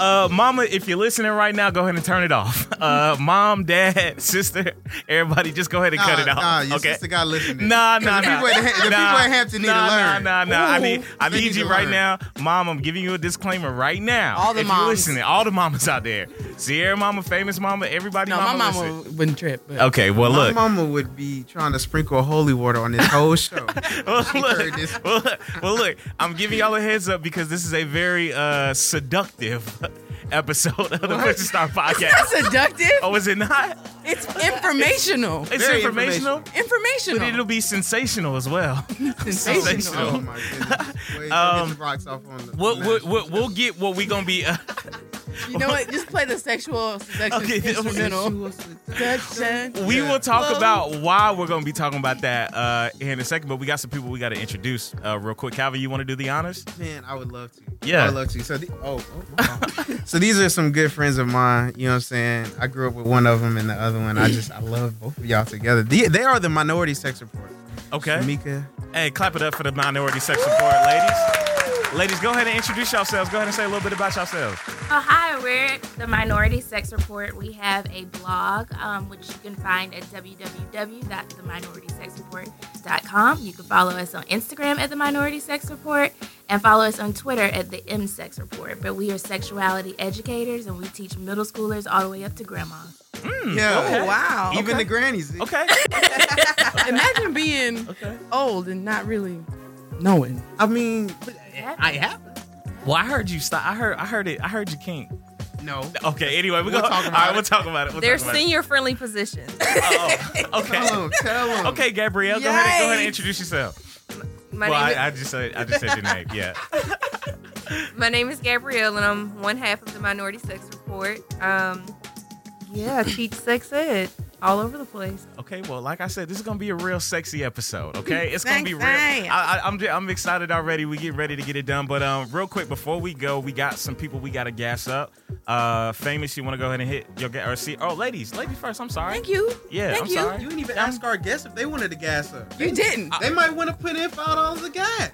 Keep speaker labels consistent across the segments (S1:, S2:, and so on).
S1: Uh, mama, if you're listening right now, go ahead and turn it off. Uh, mom, dad, sister, everybody, just go ahead and cut it off.
S2: Nah, your
S1: okay.
S2: sister got listening.
S1: Nah, nah, nah.
S2: the People in, the people in
S1: Nah,
S2: Hampton need
S1: nah,
S2: to learn.
S1: Nah, nah, nah. I need, I
S2: They
S1: need
S2: need
S1: you
S2: to
S1: right
S2: learn.
S1: now, mom. I'm giving you a disclaimer right now.
S3: All the
S1: if
S3: moms.
S1: you listening, all the mamas out there, Sierra mama, famous mama, everybody.
S3: No,
S1: mama
S3: my mama
S1: listen.
S3: wouldn't trip. But.
S1: Okay, well
S2: My
S1: look,
S2: mama would be trying to sprinkle holy water on this whole show.
S1: well,
S2: She heard this.
S1: look, well, look, well, look, I'm giving y'all a heads up because this is a very uh, seductive episode of the Witcher Star
S3: That's
S1: podcast.
S3: seductive.
S1: Oh, is it not?
S3: It's informational.
S1: It's
S2: Very
S1: informational,
S3: informational.
S1: but it'll be sensational as well. sensational.
S2: Oh my goodness. Wait,
S1: Um,
S2: get the rocks off on the.
S1: We'll,
S2: on
S1: we'll,
S2: that.
S1: we'll, we'll get what we gonna be. Uh,
S3: You know what? Just play the sexual seduction
S1: Okay, that was-
S3: instrumental. Seduction.
S1: we
S2: Yeah.
S1: will talk about why we're gonna be talking about that uh, in a second, but we got some people we got to introduce uh, real quick. Calvin, you want to do the honors?
S2: Man, I would love to.
S1: Yeah.
S2: I would love to. So, the, oh, oh, wow. so these are some good friends of mine. You know what I'm saying? I grew up with one of them and the other
S1: Mm.
S2: one. I just, I love both of y'all together. The, they are the minority sex report.
S1: Okay.
S2: Mika.
S1: Hey, clap it up for the minority sex support, ladies. Ladies, go ahead and introduce yourselves. Go ahead and say a little bit about yourselves.
S4: Oh, hi, we're the Minority Sex Report. We have a blog, um, which you can find at www.theminoritysexreport.com. You can follow us on Instagram at The Minority Sex Report and follow us on Twitter at The M Sex Report. But we are sexuality educators and we teach middle schoolers all the way up to grandma.
S2: yeah.
S3: Oh wow!
S2: Even the grannies.
S1: Hmm. Okay.
S3: Imagine being old and not really knowing.
S2: I mean,
S1: I have. Well, I heard you stop. I heard. I heard it. I heard you kink.
S2: no.
S1: Okay. Anyway, we're
S2: We'll
S1: gonna
S2: talk about
S1: all right,
S2: it.
S1: We'll talk about it. We'll
S5: They're
S1: talk about
S5: senior friendly positions.
S1: It. Oh, okay.
S2: Tell them. Tell them.
S1: Okay, Gabrielle, go ahead, and, go ahead and
S3: Yikes.
S1: introduce yourself.
S5: My,
S1: well,
S5: name
S1: I, I just said I just said your name. Yeah.
S5: is, my name is Gabrielle, and I'm one half of the Minority Sex Report. Um, yeah, I teach sex ed all over the place.
S1: Okay. Well, like I said, this is gonna be a real sexy episode. Okay, it's gonna
S3: Thanks,
S1: be real.
S3: thanks.
S1: I, I, I'm ju- I'm excited already. We get ready to get it done. But um, real quick before we go, we got some people we gotta gas up. Uh, famous, you wanna go ahead and hit your ga- or see? Oh, ladies, ladies first. I'm sorry.
S3: Thank you.
S1: Yeah,
S3: Thank
S1: I'm
S3: you.
S1: sorry.
S2: You didn't even ask our guests if they wanted to gas up.
S3: You didn't.
S2: They might want to put in five dollars of gas.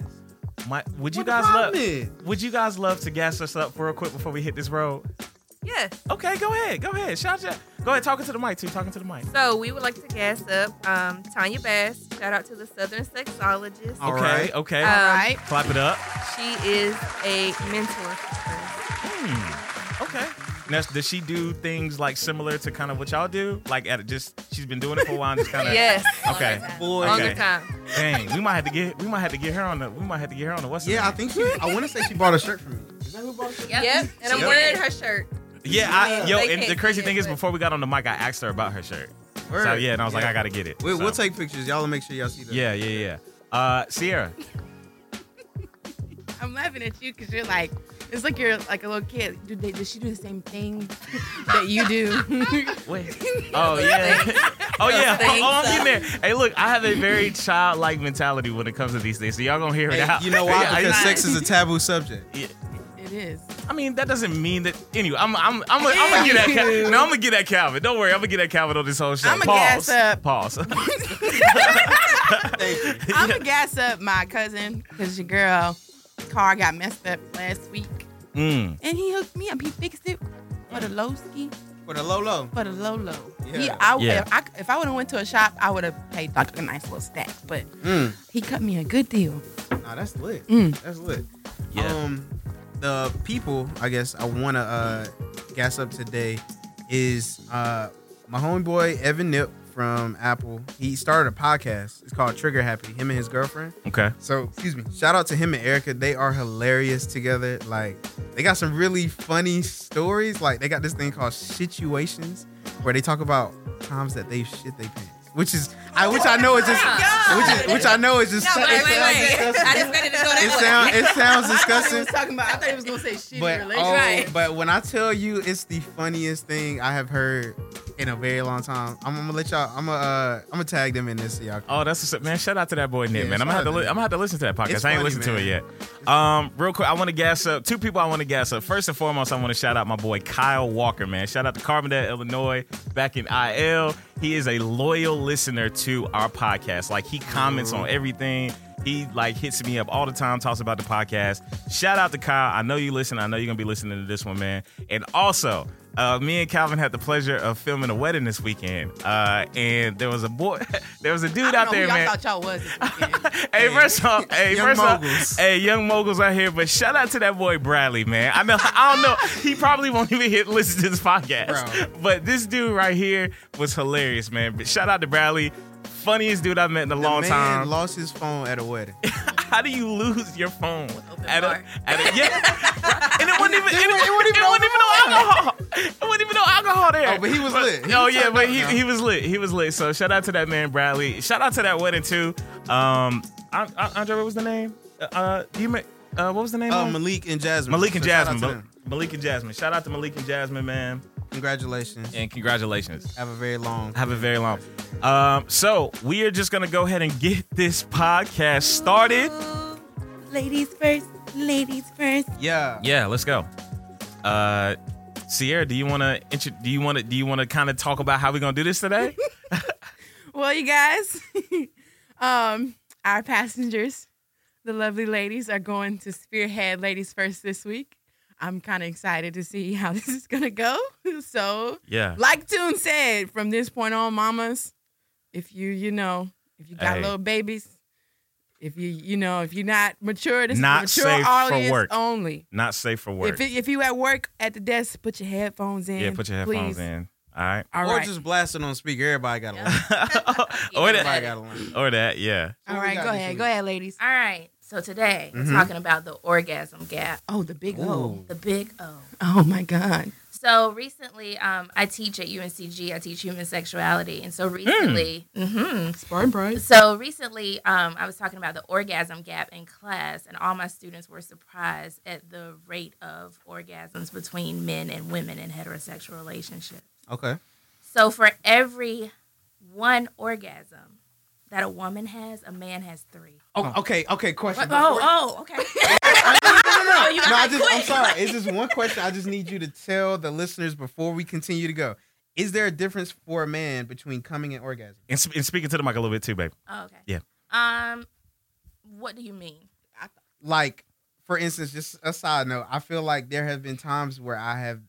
S1: My, would you
S2: What the
S1: guys
S2: problem
S1: love?
S2: is?
S1: Would you guys love to gas us up real quick before we hit this road?
S5: Yes.
S1: Okay, go ahead, go ahead. Shout out, go ahead. Talking to the mic too. Talking to the mic.
S5: So we would like to gas up um, Tanya Bass. Shout out to the Southern Sexologist.
S2: All
S1: okay,
S2: right.
S1: okay.
S5: Uh,
S3: All right.
S1: Clap it up.
S5: She is a mentor. for us.
S1: Hmm. Okay. Now, does she do things like similar to kind of what y'all do? Like, at just she's been doing it for a while, and just kind of.
S5: Yes.
S1: Okay.
S2: Boy.
S5: Longer
S1: Okay.
S5: time.
S1: Dang, we might have to get we might have to get her on the we might have to get her on the what's
S2: Yeah, I
S1: the
S2: think she. I want to say she bought a shirt for me. Is that who bought a shirt?
S5: Yep. And I'm
S1: Yep.
S5: wearing her shirt.
S1: yeah I,
S5: Yeah,
S1: yo.
S5: they
S1: And the
S5: can't
S1: crazy
S5: see
S1: thing
S5: it,
S1: is,
S5: but-
S1: before we got on the mic, I asked her about her shirt. So
S2: Word.
S1: yeah, and I was like, I gotta get it.
S2: We,
S1: So,
S2: We'll take pictures. Y'all will make sure y'all see that.
S1: Yeah, yeah, yeah. Uh, Sierra.
S3: I'm laughing at you because you're like, it's like you're like a little kid. Do they, does she do the same thing that you do?
S1: Wait. Oh yeah. Oh yeah. Oh,
S5: Thanks.
S1: oh,
S3: uh.
S1: I'm getting there. Hey, look, I have a very childlike mentality when it comes to these things. So y'all gonna hear it
S2: Hey,
S1: out.
S2: you know why?
S1: Yeah, I-
S2: Because sex is a taboo subject.
S3: it is.
S1: I mean, that doesn't mean that. Anyway, I'm I'm I'm gonna I'm get at Cal- no, I'm gonna get at Calvin. Don't worry, I'm gonna get at Calvin on this whole show.
S3: I'ma
S1: Pause.
S3: gas up.
S1: Pause.
S2: Thank you.
S3: I'm gonna gas up my cousin because your girl car got messed up last week,
S1: mm.
S3: and he hooked me up. He fixed it for the low ski,
S2: For the low low.
S3: for the low low. He,
S2: Yeah.
S3: I,
S1: Yeah.
S3: If I, if I would have went to a shop, I would have paid like a nice little stack, but
S1: Hmm.
S2: Mm.
S3: he cut me a good deal.
S2: Nah, that's lit.
S3: Mm.
S2: That's lit.
S1: Yeah.
S2: Um, the people, I guess, I want to uh, gas up today is uh, my homeboy Evan Nip from Apple. He started a podcast. It's called Trigger Happy. Him and his girlfriend.
S1: okay.
S2: So, excuse me. Shout out to him and Erica. They are hilarious together. Like, they got some really funny stories. Like, they got this thing called situations where they talk about times that they shit they pants, which is, I, which I know is just, which is, which I know is just.
S5: No, wait,
S2: it
S5: wait, wait.
S2: sounds disgusting.
S5: I just wanted to go that
S2: It
S5: way.
S2: sound- it sounds
S3: He was
S2: disgusting.
S3: talking about. I thought he was gonna say shitty
S2: But,
S3: relationship.
S1: um,
S2: oh,
S5: Right.
S2: but when I tell you it's the funniest thing I have heard in a very long time, I'm, gonna let y'all. I'm gonna uh, I'm gonna tag them in this, so y'all.
S1: Oh, that's what's up, man. Shout out to that boy Nick,
S2: Yeah,
S1: man. I'm gonna have
S2: shout
S1: to
S2: out to
S1: li-
S2: Nick.
S1: I'm gonna have to listen to that podcast.
S2: It's
S1: I ain't
S2: funny,
S1: listened to it
S2: man.
S1: yet. Um, real quick, I want to gas up two people. I want to gas up. First and foremost, I want to shout out my boy Kyle Walker, man. Shout out to Carbondale, Illinois, back in
S2: Mm-hmm.
S1: IL. He is a loyal listener to our podcast. Like he comments on everything. He like hits me up all the time, talks about the podcast. Shout out to Kyle. I know you listen. I know you're gonna be listening to this one, man. And also, uh, me and Calvin had the pleasure of filming a wedding this weekend. Uh, and there was a boy, there was a dude
S3: I don't
S1: out
S3: know
S1: there,
S3: who y'all
S1: man.
S3: thought y'all was. This weekend.
S1: Hey, first off, hey,
S2: Young
S1: first
S2: moguls.
S1: off, hey, young moguls out here. But shout out to that boy Bradley, man. I know, I don't know. He probably won't even hit listen to this podcast,
S2: Bro.
S1: but this dude right here was hilarious, man. But shout out to Bradley, funniest dude I've met in a
S2: The
S1: long
S2: man
S1: time.
S2: Lost his phone at a wedding.
S1: How do you lose your phone
S3: open
S1: at a,
S3: bar.
S1: at a yeah? and it wasn't even it,
S2: wa- it
S1: wasn't even, it
S2: wasn't even
S1: wasn't
S2: open
S1: even no alcohol. It wasn't even no alcohol there.
S2: Oh, but he was lit. He
S1: oh
S2: was
S1: yeah,
S2: turned
S1: but
S2: up
S1: he,
S2: now.
S1: he was lit. He was lit. So shout out to that man Bradley. Shout out to that wedding too. Um, I, I, Andre, what was the name? Uh, you ma- uh, what was the name?
S2: Oh,
S1: of-
S2: Malik and Jasmine.
S1: Malik and
S2: So shout out
S1: Jasmine.
S2: to
S1: Ma-
S2: them.
S1: Malik and Jasmine. Shout out to Malik and Jasmine, man,
S2: Congratulations.
S1: and congratulations.
S2: Have a very long.
S1: Have a very long. Um, so we are just gonna go ahead and get this podcast started.
S4: Ladies first, ladies first.
S2: Yeah.
S1: Yeah, let's go. Uh Sierra, do you want to do you want to do you want to kind of talk about how we're gonna do this today?
S3: well, you guys, um, our passengers, the lovely ladies, are going to Spearhead Ladies First this week. I'm kind of excited to see how this is gonna go. So,
S1: yeah,
S3: like Tune said, from this point on, mamas, if you you know if you got
S1: Hey.
S3: little babies, if you you know if you're not mature, this
S1: Not
S3: is a mature
S1: safe for
S3: audience
S1: work.
S3: only.
S1: not safe for work.
S3: If you- if you at work at the desk, put your headphones in.
S1: yeah, put your headphones
S3: please.
S1: in. All right,
S3: All
S2: or
S3: right.
S2: just blast it on speaker. Everybody got a line.
S1: or
S2: Everybody
S1: that,
S2: got a line.
S1: or that, yeah.
S3: all right, go ahead, go ahead, ladies.
S4: All right. So today
S2: Mhm.
S4: we're talking about the orgasm gap,
S3: Oh, the big O.
S2: Ooh.
S4: the big O.
S3: Oh my God.
S4: So recently, um, I teach at UNCG. I teach human sexuality, and so recently, hmm
S3: Spartan Bros.
S4: So recently, um, I was talking about the orgasm gap in class, and all my students were surprised at the rate of orgasms between men and women in heterosexual relationships.
S2: Okay.
S4: So for every one orgasm that a woman has, a man has three.
S2: Oh, okay. Okay. Question.
S4: Oh, oh, okay.
S2: no, no, no.
S4: you
S2: no I
S4: gotta
S2: just, I'm
S4: quit.
S2: sorry. It's just one question. I just need you to tell the listeners before we continue to go. Is there a difference for a man between coming and orgasm?
S1: And, sp- and speaking to the mic a little bit too, babe.
S4: Oh, okay.
S1: Yeah.
S4: Um, what do you mean?
S2: Like, for instance, just a side note. I feel like there have been times where I have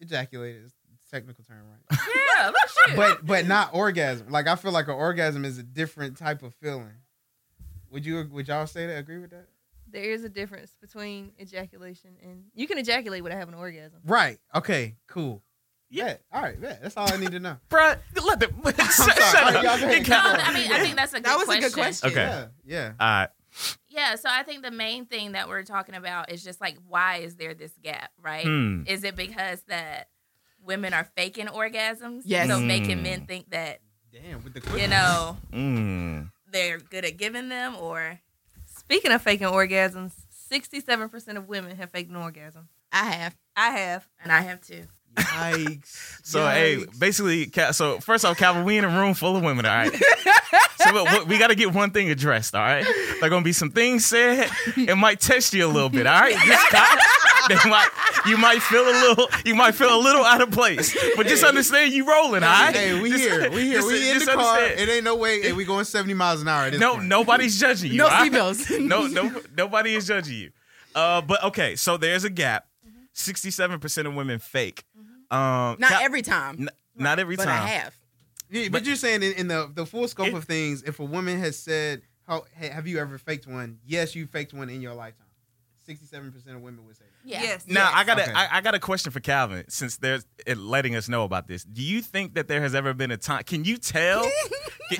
S2: ejaculated. It's a Technical term, right?
S4: Yeah, look you.
S2: But but not orgasm. Like I feel like an orgasm is a different type of feeling. Would you would y'all say that? Agree with that?
S5: There is a difference between ejaculation and you can ejaculate without having an orgasm.
S2: Right. Okay. Cool.
S1: Yeah.
S2: Yeah. All right. Bet. That's all I need to know.
S1: Bruh, let the shut,
S2: sorry.
S1: shut
S2: Y'all
S1: up.
S2: go ahead.
S1: It
S4: no,
S1: kind of-
S4: I mean, I think that's a good
S3: That was a good question.
S1: Okay.
S2: Yeah. Yeah.
S1: All right,
S4: Yeah, so I think the main thing that we're talking about is just like why is there this gap, right?
S1: Hmm.
S4: Is it because that women are faking orgasms?
S3: Yes.
S4: So
S1: Hmm.
S4: making men think that,
S2: Damn. With the
S4: you know,
S1: Mm.
S4: they're good at giving them or
S5: Speaking of faking orgasms, 67% of women have faked an orgasm.
S3: I have.
S5: I have.
S4: and I have too.
S2: Yikes.
S1: So hey,
S2: Yikes.
S1: basically, Ca- so first off, Calvin, we in a room full of women, all right. so but, what- we got to get one thing addressed, all right. There gonna be some things said. It might test you a little bit, all right. Just stop. They might, you might feel a little, you might feel a little out of place, but just
S2: Hey.
S1: understand you rolling, all right.
S2: Hey, we
S1: Just-
S2: here. We here.
S1: just-
S2: we in the
S1: just
S2: car.
S1: understand.
S2: It ain't no way. Hey, we going 70 miles an hour. At this
S1: No,
S2: point.
S1: nobody's judging you.
S3: No
S1: all right?
S3: seatbelts.
S1: no, no, nobody is judging you. Uh, but okay, so there's a gap. Sixty-seven percent of women fake. Um,
S3: Mm-hmm. Not
S1: Cal-
S3: every time,
S1: n- not every
S3: but
S1: time.
S3: I have.
S2: Yeah, But, you're saying in, in the, the full scope
S1: It-
S2: of things, if a woman has said, "How hey, have you ever faked one?" Yes, you faked one in your lifetime. 67% of women would say that.
S4: Yeah.
S5: Yes.
S1: Now I got a I
S2: Okay.
S1: I got a question for Calvin since they're uh, letting us know about this. Do you think that there has ever been a time? Can you tell?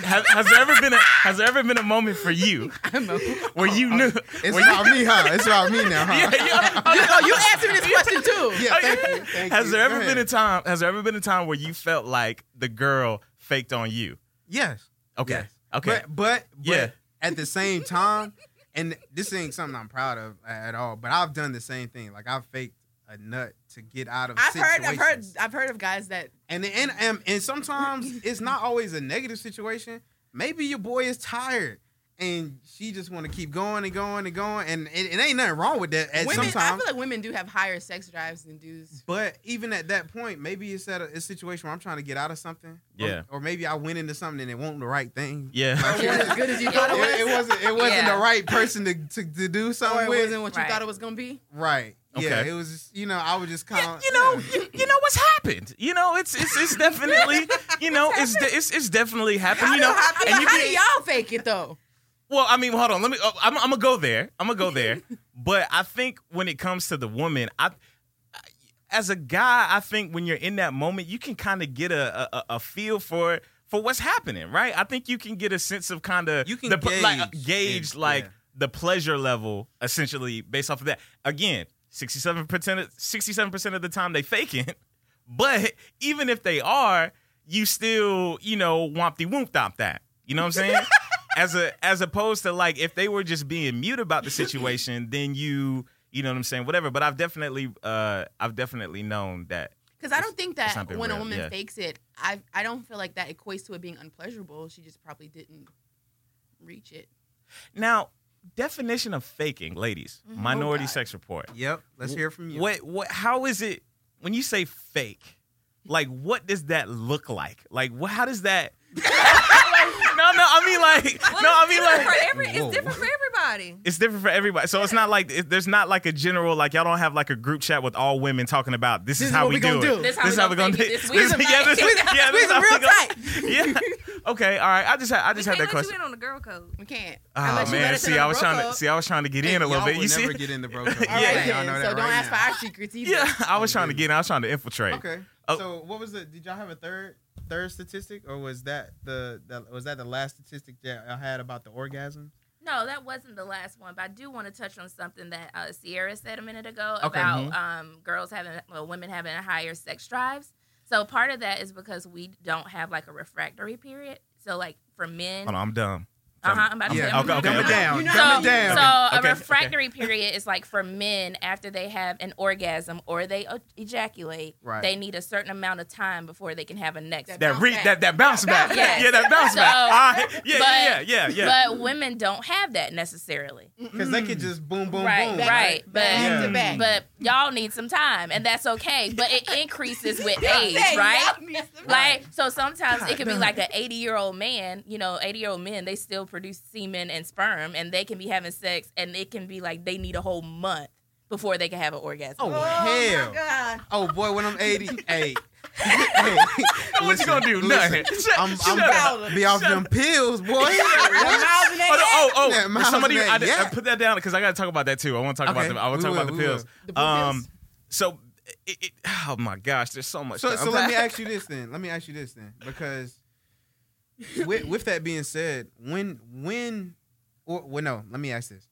S1: has, has there ever been a Has there ever been a moment for you
S3: I'm a,
S1: where you knew?
S2: It's
S1: where you-
S2: about me, huh? It's about me now, huh?
S1: yeah, yeah.
S3: oh, you answered this question too.
S2: Yeah, thank you, thank
S1: has
S2: you.
S1: there
S2: Go
S1: ever been a
S2: ahead.
S1: time? Has there ever been a time where you felt like the girl faked on you?
S2: Yes.
S1: Okay.
S2: Yes.
S1: Okay.
S2: But but, but
S1: Yeah.
S2: at the same time, and this ain't something I'm proud of at all. But I've done the same thing. Like I've faked a nut to get out of.
S3: I've heard, I've heard,
S2: situations.
S3: I've heard of guys that
S2: And and and, and sometimes it's not always a negative situation. Maybe your boy is tired. and she just want to keep going and going and going, and it, it ain't nothing wrong with that. At
S3: women, I
S2: sometimes,
S3: feel like women do have higher sex drives than dudes.
S2: but even at that point, maybe it's at a, a situation where I'm trying to get out of something. or-
S1: Yeah.
S2: Or, maybe I went into something and it wasn't the right thing.
S1: Yeah.
S3: It wasn't as good as you thought it was.
S2: It, it wasn't. It wasn't
S5: Yeah.
S2: the right person to, to, to do
S3: Or
S2: something
S3: it
S2: with.
S3: wasn't what you
S5: Right.
S3: thought it was gonna be.
S2: Right. Yeah.
S1: Okay.
S2: It was. Just, you know, I was just kind
S1: uh, Yeah,
S2: of.
S1: you know, you, you know what's happened. You know, it's it's it's definitely, you know, it's de- it's it's definitely happened. You know,
S3: how,
S1: and you
S3: how
S1: be-
S3: do y'all fake it though?
S1: Well, I mean, hold on. Let me. oh, I'm, I'm gonna go there. I'm gonna go there. but I think when it comes to the woman, I, as a guy, I think when you're in that moment, you can kind of get a, a a- a feel for for what's happening, right? I think you can get a sense of kind of
S2: You can
S1: the, pl- like, uh,
S2: gauge.
S1: gauge
S2: Yeah,
S1: like
S2: yeah.
S1: the pleasure level essentially based off of that. Again, sixty seven percent sixty seven percent of the time they faking, but even if they are, you still you know wompty womp domp that. You know what I'm saying? as a as opposed to like if they were just being mute about the situation, then you you know what I'm saying, whatever. But I've definitely uh I've definitely known that.
S3: Because I don't think
S1: That's
S3: that
S1: not been
S3: when a
S1: real,
S3: woman
S1: yeah.
S3: fakes it, I I don't feel like that equates to it being unpleasurable. She just probably didn't reach it.
S1: Now, definition of faking, ladies. Minority
S3: Oh, God.
S1: sex report.
S2: Yep. Let's hear from you.
S1: What what how is it when you say fake? Like what does that look like? Like what, how does that No, no, I mean like
S5: Well,
S1: no, I
S5: it's
S1: mean like
S5: different for every,
S2: Whoa.
S5: it's different for everybody.
S1: it's different for everybody. So it's not like it, there's not like a general like y'all don't have like a group chat with all women talking about this,
S3: This
S1: is
S3: is
S1: how
S3: what
S1: we
S3: we gonna
S1: do it.
S3: do.
S4: This how we gonna
S1: gonna
S4: fake
S1: do-
S4: it. This
S1: this-
S4: we
S1: yeah,
S4: gonna
S1: this-
S4: fake it.
S1: yeah, this
S3: Squeeze
S1: is how
S3: them
S1: we
S3: real
S1: gonna-
S3: tight.
S1: yeah. Okay. All right. I just had I
S5: We
S1: just
S5: can't
S1: had that
S5: let
S1: question.
S5: you in on the girl code.
S3: We can't.
S1: Oh
S3: Unless you let
S1: man,
S3: us in
S1: see,
S3: on
S1: I
S3: the
S1: was
S3: bro
S1: trying to
S3: code.
S1: see, I was trying to get in a little
S2: Y'all
S1: bit.
S2: will
S1: You
S2: never
S1: see,
S2: get in the bro code.
S3: All right,
S1: Yeah.
S2: Y'all
S3: then.
S2: know that
S3: so
S2: right
S3: don't ask
S2: now.
S3: for our secrets either.
S1: yeah, I was
S2: Oh,
S1: trying to
S2: yeah.
S1: get in. I was trying to infiltrate.
S2: Okay.
S1: Oh.
S2: So what was the? Did y'all have a third third statistic, or was that the, the was that the last statistic that I had about the orgasm?
S4: No, that wasn't the last one, but I do want to touch on something that uh, Sierra said a minute ago
S1: Okay. mm-hmm.
S4: about um, girls having, well, women having higher sex drives. So part of that is because we don't have like a refractory period. So like for men,
S1: Hold on, I'm dumb.
S4: uh-huh, I'm about to
S2: Yeah.
S4: say,
S1: Okay, okay,
S2: Dumb it
S1: okay.
S2: down.
S3: You know-
S2: Dumb it
S4: so,
S2: down.
S4: so
S1: Okay,
S4: a
S1: okay.
S4: refractory period is like for men after they have an orgasm or they o- ejaculate,
S2: Right.
S4: they need a certain amount of time before they can have a next.
S3: That
S1: That
S3: bounce
S1: re
S3: back.
S1: that that bounce back.
S4: Bounce back.
S1: Yeah, that bounce
S4: So-
S1: back. All right. Yeah, yeah,
S4: but-
S2: Uh,
S1: yeah, yeah, yeah.
S4: But women don't have that necessarily.
S2: Because they could just boom, boom,
S4: Right,
S2: boom.
S4: right, but-
S3: back
S2: Yeah.
S3: to back.
S4: But y'all need some time, and that's okay. But it increases with age,
S3: Hey,
S4: right?
S3: y'all need some-
S4: Like so, sometimes it could be
S2: God.
S4: like an eighty-year-old man. You know, eighty-year-old men they still produce semen and sperm, and they can be having sex, and it can be like they need a whole month before they can have an orgasm.
S2: Oh,
S3: Oh
S2: hell!
S3: my god.
S2: Oh boy, when I'm 88. what
S1: what you gonna do? Nothing. Shut-
S2: I'm,
S1: shut
S2: I'm
S1: up.
S2: about to be off
S1: Shut
S2: them pills, boy.
S3: Miles and
S1: Oh, no, oh, oh,
S2: Yeah, Miles
S1: somebody,
S2: and
S1: I,
S2: that
S1: did, I
S2: yak.
S1: put that down because I got to talk about that too. I want to talk about
S2: Okay,
S1: them. I want
S2: we
S1: to talk
S2: will,
S1: about the
S2: we
S1: pills.
S3: The blue
S1: Um,
S3: pills?
S1: so, it, it, oh my gosh, there's so much.
S2: So,
S1: to
S2: so let me
S1: unpack.
S2: ask you this then. Let me ask you this then, because with, with that being said, when when or well, no, let me ask this: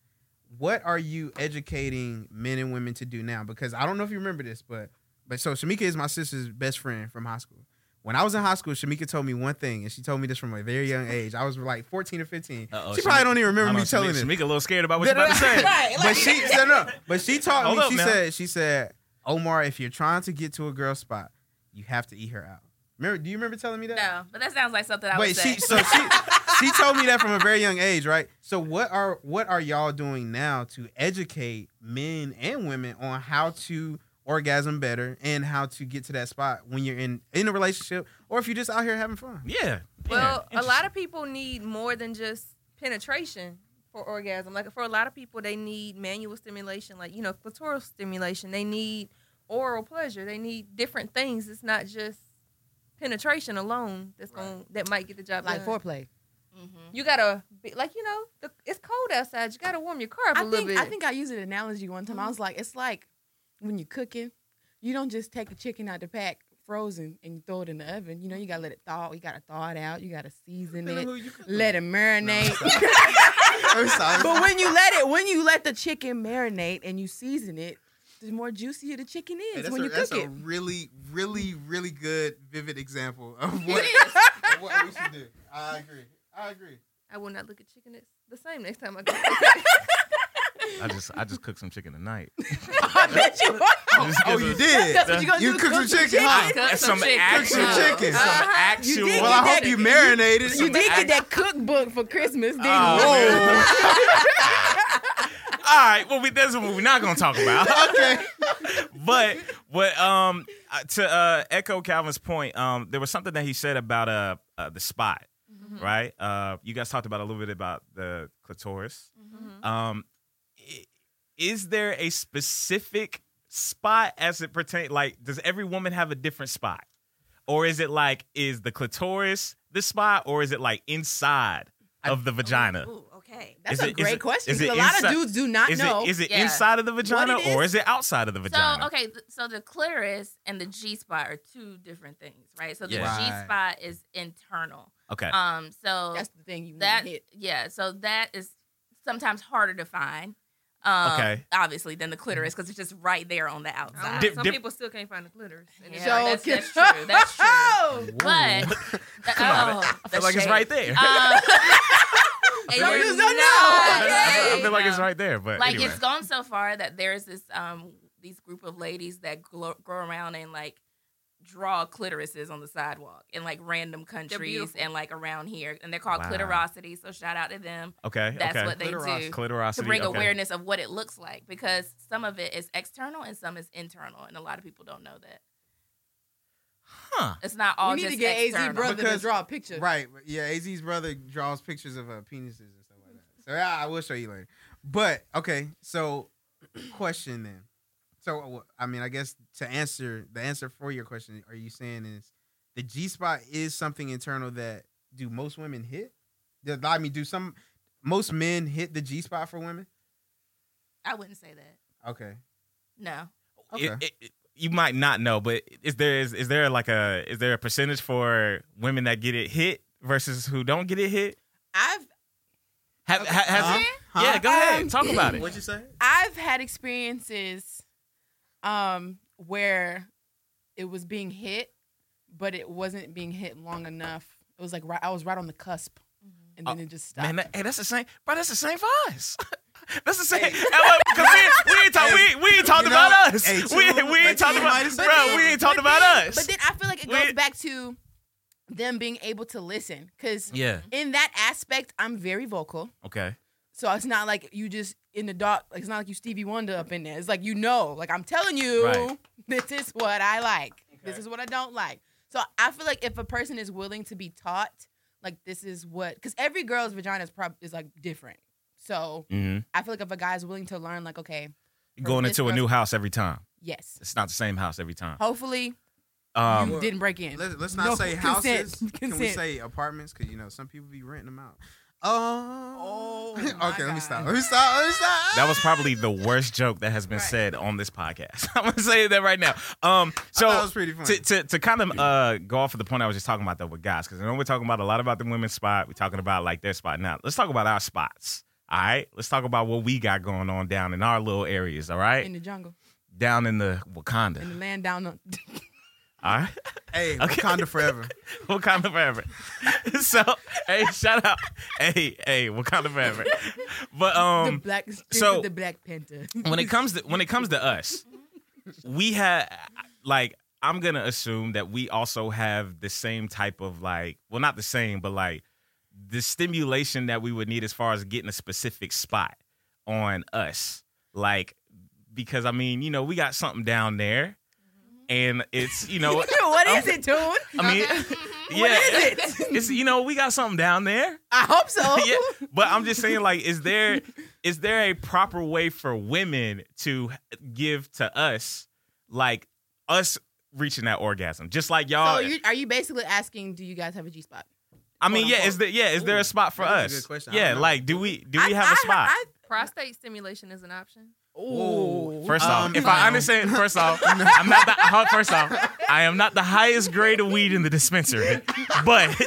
S2: What are you educating men and women to do now? Because I don't know if you remember this, but but so Shamika is my sister's best friend from high school. When I was in high school, Shamika told me one thing, and she told me this from a very young age. I was like 14 or 15.
S1: Uh-oh,
S2: she probably
S1: Shamika-
S2: don't even remember
S1: Hold
S2: me
S1: on,
S2: telling
S1: Shamika-
S2: this
S1: Shamika a little scared about what you're about to say.
S4: Right,
S2: but she no, no. But she taught
S1: Hold
S2: me.
S1: up
S2: She
S1: now.
S2: said she said Omar, if you're trying to get to a girl spot, you have to eat her out. Remember? Do you remember telling me that?
S4: no, but that sounds like something I
S2: Wait,
S4: would say.
S2: she so she she told me that from a very young age, right? So what are what are y'all doing now to educate men and women on how to orgasm better and how to get to that spot when you're in in a relationship or if you're just out here having fun?
S1: Yeah.
S5: Well, a lot of people need more than just penetration for orgasm. Like for a lot of people, they need manual stimulation, like you know, clitoral stimulation. They need oral pleasure. They need different things. It's not just penetration alone that's
S2: Right.
S5: going that might get the job
S3: Like
S5: done.
S3: foreplay.
S4: Mhm.
S5: You gotta be, like you know, the, it's cold outside. You gotta warm your car up a
S3: I
S5: little
S3: think
S5: bit.
S3: I think I used an analogy one time. I was like, it's like when you're cooking, you don't just take a chicken out the pack frozen and you throw it in the oven. You know, you gotta let it thaw. You gotta thaw it out. You gotta season
S2: Depending
S3: it.
S2: who you cook
S3: Let it marinate.
S2: with. I'm sorry.
S3: but when you let it, when you let the chicken marinate and you season it, the more juicier the chicken
S2: Hey,
S3: is
S2: that's
S3: when
S2: a,
S3: you
S2: that's
S3: cook
S2: a
S3: it.
S2: really, really, really good, vivid example of what,
S4: It is.
S2: of what we should do. I agree. I agree.
S5: I will not look at chicken it's the same next time I go.
S1: I just I just cooked some chicken tonight.
S3: I bet you are.
S1: Just
S2: Oh,
S1: gives
S2: you
S1: us-
S2: did.
S3: That's what you gonna
S2: You
S3: do.
S2: cooked
S3: cook
S2: some chicken, huh?
S4: Cook
S1: That's
S4: some
S1: some
S4: chicken.
S1: actual
S4: Cook some
S1: chicken.
S4: chicken.
S1: Some
S5: Uh-huh.
S1: actual.
S3: You did
S2: Well, I hope
S3: that-
S2: you marinated.
S3: You did get that cookbook for Christmas, didn't you?
S1: Oh,
S2: Whoa.
S1: all right. Well, we, that's what we're not gonna talk about.
S2: Oh, okay.
S1: but but um uh, to uh, echo Calvin's point, um there was something that he said about uh, uh the spot,
S4: Mm-hmm.
S1: right? Uh, you guys talked about a little bit about the clitoris.
S4: Mm-hmm.
S1: Um, i- is there a specific spot as it pertains? Like, does every woman have a different spot, or is it like is the clitoris the spot, or is it like inside of the vagina?
S5: Ooh, okay.
S3: That's
S1: Is it-
S3: a
S1: is
S3: great
S1: it-
S3: question.
S1: is
S3: 'cause
S1: it
S3: a lot
S1: inside-
S3: of dudes do not
S1: Is
S3: know.
S1: it is it
S4: Yeah.
S1: inside of the vagina,
S3: it is?
S1: or is it outside of the vagina?
S4: So okay, th- so the clitoris and the G spot are two different things, right? So the
S1: Yeah.
S4: G spot is internal.
S1: okay.
S4: Um, so
S3: That's the thing you
S4: that
S3: want to hit.
S4: yeah, so that is sometimes harder to find. Um,
S1: Okay.
S4: Obviously, than the clitoris because it's just right there on the
S3: Oh,
S4: outside.
S1: Dip-
S5: Some
S1: dip-
S5: people still can't find the glitters. And it's
S4: Yeah,
S5: like,
S4: that's- that's true. That's true.
S3: Oh,
S4: But oh,
S1: Come on, I feel like it's right
S4: Uh,
S1: there.
S4: Um, Some
S1: dudes
S3: don't know.
S1: I feel like it's right there, but
S4: like
S1: anyway.
S4: it's gone so far that there's this um these group of ladies that glo- go around and like draw clitorises on the sidewalk in like random countries
S5: beautiful.
S4: and like around here and they're called
S1: Wow.
S4: clitorosity so shout out to them
S1: okay,
S4: that's
S1: okay.
S4: what they do
S1: Clitorosity,
S4: to bring
S1: okay.
S4: awareness of what it looks like because some of it is external and some is internal and a lot of people don't know that
S1: Huh?
S4: it's not all
S3: we need
S4: just
S3: to get AZ
S4: external.
S3: brother to
S2: Because-
S3: draw a picture.
S2: Right. Yeah, AZ's brother draws pictures of uh, penises and stuff like that. So yeah, I will show you later. But okay, so question then. So uh, I mean, I guess to answer the answer for your question, are you saying is the G spot is something internal that do most women hit? Do- I mean, do some most men hit the G spot for women?
S4: i wouldn't say that
S2: Okay.
S4: no
S1: It-
S2: Okay.
S1: it- it- you might not know, but is there is, is there like a is there a percentage for women that get it hit versus who don't get it hit?
S3: I've
S1: Have, ha, has
S2: Huh?
S1: it-
S2: Huh?
S1: Yeah, go ahead,
S3: Um,
S1: talk about it.
S2: you say?
S3: I've had experiences um where it was being hit, but it wasn't being hit long enough. It was like right, I was right on the cusp, and then it just stopped.
S1: Uh, Man, that, hey, that's the same, bro. That's the same for us. That's the same. Because we, we ain't talk, we, we ain't talked
S2: You know,
S1: about us.
S2: hey,
S1: we,
S2: true,
S1: we ain't
S2: but
S1: talked
S2: you
S1: about
S2: might as
S1: us,
S2: well.
S1: bro. We ain't talked about us.
S3: But then I feel like it
S1: We-
S3: goes back to them being able to listen, because
S1: yeah.
S3: in that aspect, I'm very vocal.
S1: Okay.
S3: So it's not like you just in the dark. It's not like you Stevie Wonder up in there. It's like you know, like I'm telling you,
S1: Right.
S3: this is what I like. This is what I don't like. So I feel like if a person is willing to be taught, like this is what, because every girl's vagina is prob is like different. So
S1: Mm-hmm.
S3: I feel like if a guy's willing to learn, like okay,
S1: You're going
S3: this
S1: into a
S3: girl-
S1: new house every time.
S3: yes,
S1: It's not the same house every time.
S3: hopefully
S1: Um,
S3: Oh, you didn't break in.
S2: Let's, let's not
S3: No,
S2: say
S3: consent,
S2: houses. Can we
S3: consent.
S2: say apartments? Because you know some people be renting them out. Oh.
S3: Oh,
S2: okay,
S3: my
S2: let me
S3: God.
S2: stop. Let me stop. Let me stop.
S1: That was probably the worst joke that has been
S3: Right.
S1: said on this podcast. I'm gonna say that right now. Um, so
S2: that was pretty funny.
S1: to, to to kind of uh go off of the point I was just talking about though with guys, because I know we're talking about a lot about the women's spot. We're talking about like their spot now. Let's talk about our spots. All right, let's talk about what we got going on down in our little areas. All right,
S3: in the jungle,
S1: down in the
S3: in the
S1: Wakanda.
S3: land down the
S1: All right,
S2: hey,
S1: Okay.
S2: Wakanda forever.
S1: Wakanda forever. so hey, shout out, hey hey, Wakanda forever. But um,
S3: the black
S1: so-
S3: so, the black panther.
S1: when it comes to when it comes to us, we have like I'm gonna assume that we also have the same type of like well not the same but like the stimulation that we would need as far as getting a specific spot on us like because I mean you know we got something down there and it's you know
S3: what is it, dude? What
S1: I mean
S4: Mhm.
S1: yeah
S3: is it?
S1: it's you know we got something down there
S3: I hope so.
S1: yeah, but I'm just saying, like, is there is there a proper way for women to give to us, like us reaching that orgasm, just like y'all?
S3: So you, are you basically asking, do you guys have a G spot?
S1: I mean, yeah,
S3: quote,
S1: is there yeah is there a spot for
S2: that's a
S1: us?
S2: good question. I
S1: Yeah,
S2: don't know.
S1: like, do we do we have a spot?
S5: Prostate stimulation is an option.
S2: Ooh.
S1: First
S2: Um,
S1: off, if I
S2: no.
S1: understand, first off, I'm not the uh, huh, first off, I am not the highest grade of weed in the dispensary, but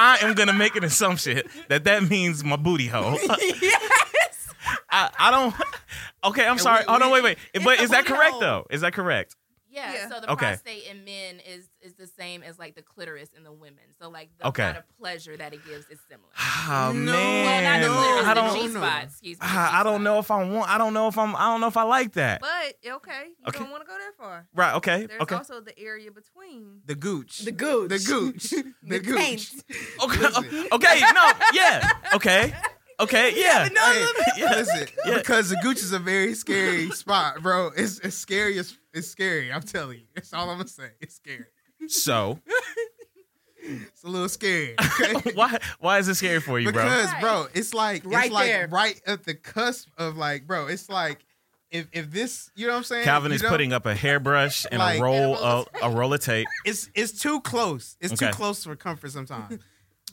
S1: I am gonna make an assumption that that means my booty hole.
S3: yes.
S1: I, I don't. Okay, I'm sorry.
S2: we-
S1: Hold on,
S2: we-
S1: wait, wait.
S3: It's
S1: but
S3: the
S1: is that
S3: booty
S1: correct
S3: hole.
S1: though? Is that correct?
S4: Yeah,
S5: Yeah.
S4: so the
S1: Okay.
S4: prostate in men is is the same as like the clitoris in the women. So like the
S1: Okay.
S4: kind of pleasure that it gives is similar.
S1: Oh
S2: No,
S4: well, not
S1: man,
S4: the
S2: no,
S4: clitoris,
S1: I
S4: the
S1: don't. ah,
S4: G spot. Excuse me.
S1: I I don't know if I want. I don't know if I'm. I don't know if I like that.
S5: But okay, you
S1: Okay.
S5: don't want to go that far.
S1: Right. Okay.
S5: There's
S1: okay.
S5: also the area between.
S2: The gooch.
S3: The gooch.
S2: The gooch. The,
S3: The
S2: gooch.
S3: taint.
S1: Okay.
S2: Listen.
S1: Okay. No. Yeah. Okay. Okay. Yeah.
S3: No,
S2: Hey,
S3: no, no.
S1: Yeah.
S2: Listen,
S1: Yeah.
S2: because the gooch is a very scary spot, bro. It's, it's scary. It's, it's scary. I'm telling you. That's all I'm gonna say. It's scary.
S1: So
S2: It's a little scary. Okay?
S1: why why is it scary for you, bro?
S2: because, bro, it's like
S3: Right
S2: it's like
S3: there.
S2: right at the cusp of like, bro. It's like if if this, you know what I'm saying?
S1: Calvin
S2: You
S1: is
S2: know?
S1: putting up a hairbrush and
S2: Like-
S1: a roll of a roll of tape.
S2: It's it's too close. It's too
S1: Okay.
S2: close for comfort sometimes.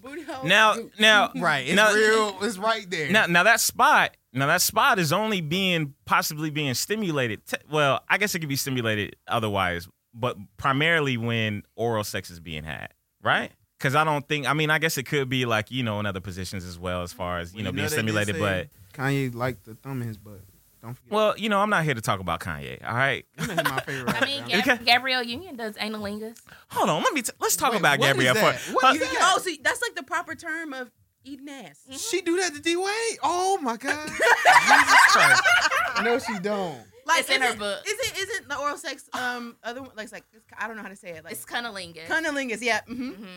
S3: Booty hole.
S1: Now now
S2: right. It's
S1: Now-
S2: real. It's right there.
S1: now now that spot now that spot is only being possibly being stimulated. T- well, I guess it could be stimulated otherwise, but primarily when oral sex is being had, right? Because I don't think I mean I guess it could be like you know in other positions as well as far as you know being
S2: they did
S1: stimulated,
S2: say
S1: but
S2: Kanye liked the thumb in his butt. Don't forget.
S1: well you know I'm not here to talk about Kanye. All right,
S2: You know he's my favorite.
S4: I
S2: rapper,
S4: mean,
S2: bro.
S4: Gab-
S1: Okay.
S4: Gabrielle Union does analingus.
S1: hold on let me t- let's talk
S2: Wait,
S1: about
S2: what is
S1: Gabrielle.
S2: that?
S1: for-
S2: What
S1: huh?
S2: is that?
S3: Oh, see, that's like the proper term of eating ass.
S2: She do that to D Wade? Oh my God! Jesus Christ. No, she don't.
S3: Like
S4: It's in her
S3: isn't-
S4: book.
S3: Isn't isn't the oral sex um other one like it's like it's, I don't know how to say it like
S4: It's cunnilingus.
S3: cunnilingus? Yeah, hmm
S4: Mhm.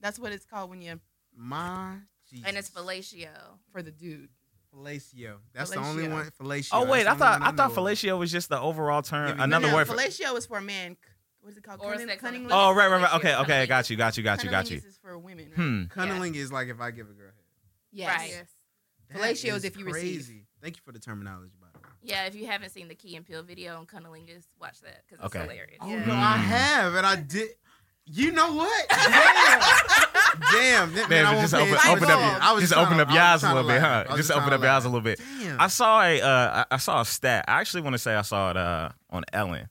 S3: that's what it's called when you
S2: My Jesus.
S4: And it's fellatio.
S3: for the dude.
S2: fellatio. That's the only
S3: Fellatio.
S2: one. Fellatio.
S1: Oh wait, I
S2: That's the
S1: thought
S2: only
S1: I
S2: one
S1: thought
S2: know
S1: fellatio was just the overall
S2: Yeah,
S1: term.
S2: we-
S1: Another
S3: no, no,
S1: word for
S3: fellatio is for a man. What is it called?
S4: Oral
S3: Cunning-
S4: sex on the
S3: cunnilingus-
S4: Oh,
S1: Oh right, right, right.
S4: Fellatio,
S1: Okay, okay,
S4: cunnilingus.
S1: got you, got you, got you, got you.
S3: Cunnilingus is for women. Right?
S1: Hmm.
S2: Cunniling is like if I give a girl head.
S3: Yes.
S4: Right.
S5: Yes.
S2: That
S3: Fellatio is if you
S2: crazy.
S3: receive.
S2: Thank you for the terminology, by the way.
S4: Yeah, if you haven't seen the Key and Peele video on cunnilingus, watch that because it's
S1: Okay.
S4: hilarious.
S2: Oh
S5: Yeah.
S2: no, I
S1: Mm.
S2: have, and I did. You know what? Damn. Damn, that- man,
S1: Man,
S2: I
S1: but
S2: won't
S1: just
S2: pay
S1: open,
S2: attention.
S1: open up,
S2: I was
S1: just
S2: tryna-
S1: open up
S2: I
S1: your
S2: was
S1: eyes a
S2: tryna
S1: little bit,
S2: laugh.
S1: huh?
S2: I was
S1: Just open
S2: tryna
S1: up your eyes a
S2: laugh.
S1: little bit.
S2: Damn.
S1: I saw a, uh, I- I saw a stat. I actually want to say I saw it uh, on Ellen,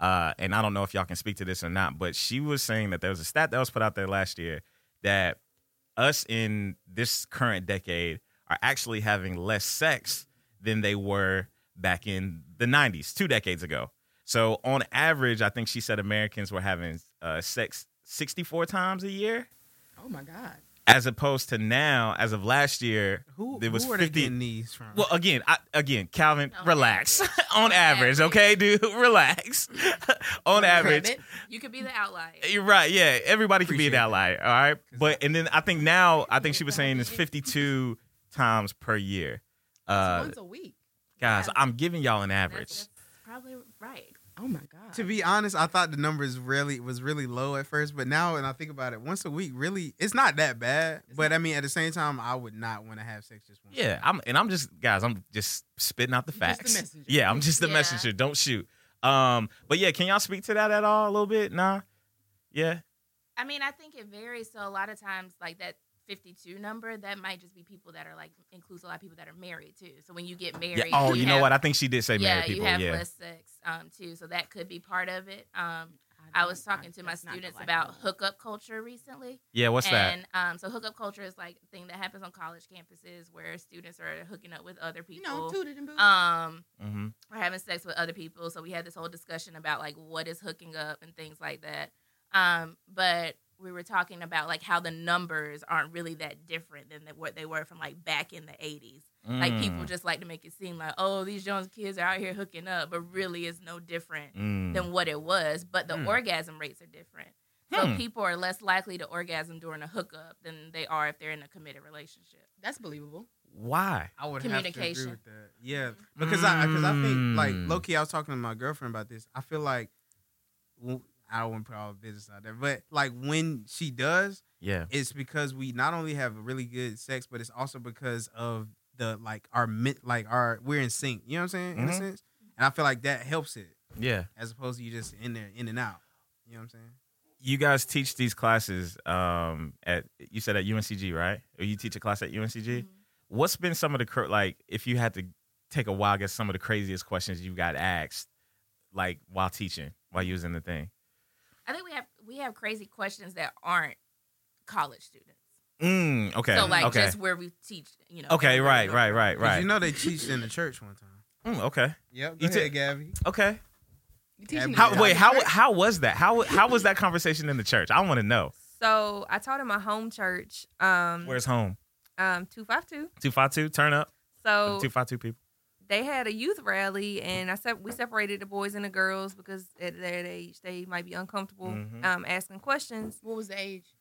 S1: uh, and I don't know if y'all can speak to this or not, but she was saying that there was a stat that was put out there last year that us in this current decade are actually having less sex than they were back in the 90s, two decades ago. So on average, I think she said Americans were having uh, sex 64 times a year,
S3: Oh my god.
S1: as opposed to now, as of last year,
S2: Who,
S1: there was
S2: who are they
S1: 50.
S2: getting these from?
S1: Well, uh, again, I, again, Calvin,
S4: On
S1: relax.
S4: average.
S1: on
S4: On
S1: average,
S4: average.
S1: okay, dude, relax. on average,
S3: Rabbit.
S4: You could be the outlier.
S1: you're right. Yeah, everybody can be an
S2: Appreciate that.
S1: outlier. All right, but and then I think now I think she was saying it's 52 times per year.
S3: It's
S1: Uh,
S3: once a week.
S1: guys, I'm giving y'all an average.
S4: That's, that's probably right.
S3: Oh my god.
S2: to be honest, I thought the numbers really was really low at first, but now when I think about it, once a week really it's not that bad. but I mean, at the same time, I would not want to have sex just once.
S1: Yeah, I'm and I'm just guys, I'm just spitting out the
S3: You're just
S1: facts.
S3: the messenger.
S1: yeah, I'm just the
S4: Yeah.
S1: messenger. Don't shoot. Um, but yeah, can y'all speak to that at all a little bit? Nah. Yeah.
S4: I mean, I think it varies. So a lot of times, like that 52 number, that might just be people that are like includes a lot of people that are married too. So when you get married,
S1: yeah. Oh, you know
S4: have-
S1: what? I think she did say
S4: yeah,
S1: married people.
S4: you have
S1: yeah.
S4: less sex um, too. So that could be part of it. Um, I was talking to my students about hookup culture recently.
S1: Yeah, what's that?
S4: and um, so hookup culture is like a thing that happens on college campuses where students are hooking up with other
S3: You
S4: people.
S3: know, tooted and booted.
S4: um,
S1: hmm
S4: or having sex with other people. So we had this whole discussion about like what is hooking up and things like that. Um, but we were talking about like how the numbers aren't really that different than the, what they were from like back in the 80s. Like
S1: Mm.
S4: people just like to make it seem like, oh, these young kids are out here hooking up, but really it's no different
S1: Mm.
S4: than what it was. But the
S1: Hmm.
S4: orgasm rates are different. So
S1: Hmm.
S4: people are less likely to orgasm during a hookup than they are if they're in a committed relationship.
S3: That's believable.
S1: Why?
S2: I would have to
S4: Communication.
S2: agree with that. Yeah, because I because I think like
S1: Mm.
S2: low key, I was talking to my girlfriend about this. I feel like well, I don't want to put all the business out there, but like when she does,
S1: Yeah.
S2: it's because we not only have really good sex, but it's also because of the like our mi- like our we're in sync. You know what I'm saying? In a
S1: Mhm.
S2: sense, and I feel like that helps it
S1: Yeah.
S2: as opposed to you just in there in and out. You know what I'm saying?
S1: You guys teach these classes um at you said at UNCG, right? Or you teach a class at UNCG?
S4: Mm-hmm.
S1: what's been some of the cra- like if you had to take a wild guess some of the craziest questions you got asked like while teaching while using the thing
S4: I think we have we have crazy questions that aren't college students.
S1: mm, okay
S4: So like
S1: okay
S4: just where we teach, you know.
S1: okay
S4: everybody
S1: right right right
S2: 'Cause
S1: right
S2: You know they cheated in the church one time.
S1: Mm, okay
S2: Yep.
S1: You
S2: Go ahead,
S1: took-
S2: Gabby.
S1: okay
S3: You're teaching
S2: How-
S1: How,
S3: them.
S1: wait, how how was that? How how was that conversation in the church? I want to know.
S5: So I taught in my home church, um,
S1: Where's home?
S5: um, two five two.
S1: Two five two. Turn up.
S5: So
S1: Oh, Two five two people.
S5: they had a youth rally, and I said we separated the boys and the girls because at their age they might be uncomfortable
S1: Mhm.
S5: um, asking questions.
S3: What was the age?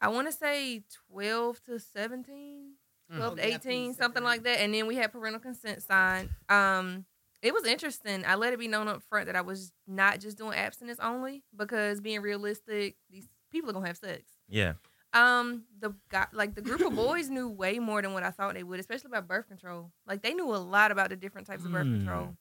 S5: I want to say twelve to seventeen.
S2: Mm.
S5: 12 to
S3: Oh, yeah,
S5: 18
S3: please
S5: something
S3: separate.
S5: like that and then we had parental consent signed um it was interesting i let it be known up front that i was not just doing abstinence only because being realistic these people are gonna have sex
S1: Yeah.
S5: um the guy like the group of boys knew way more than what i thought they would especially about birth control like they knew a lot about the different types of birth
S1: Mm.
S5: control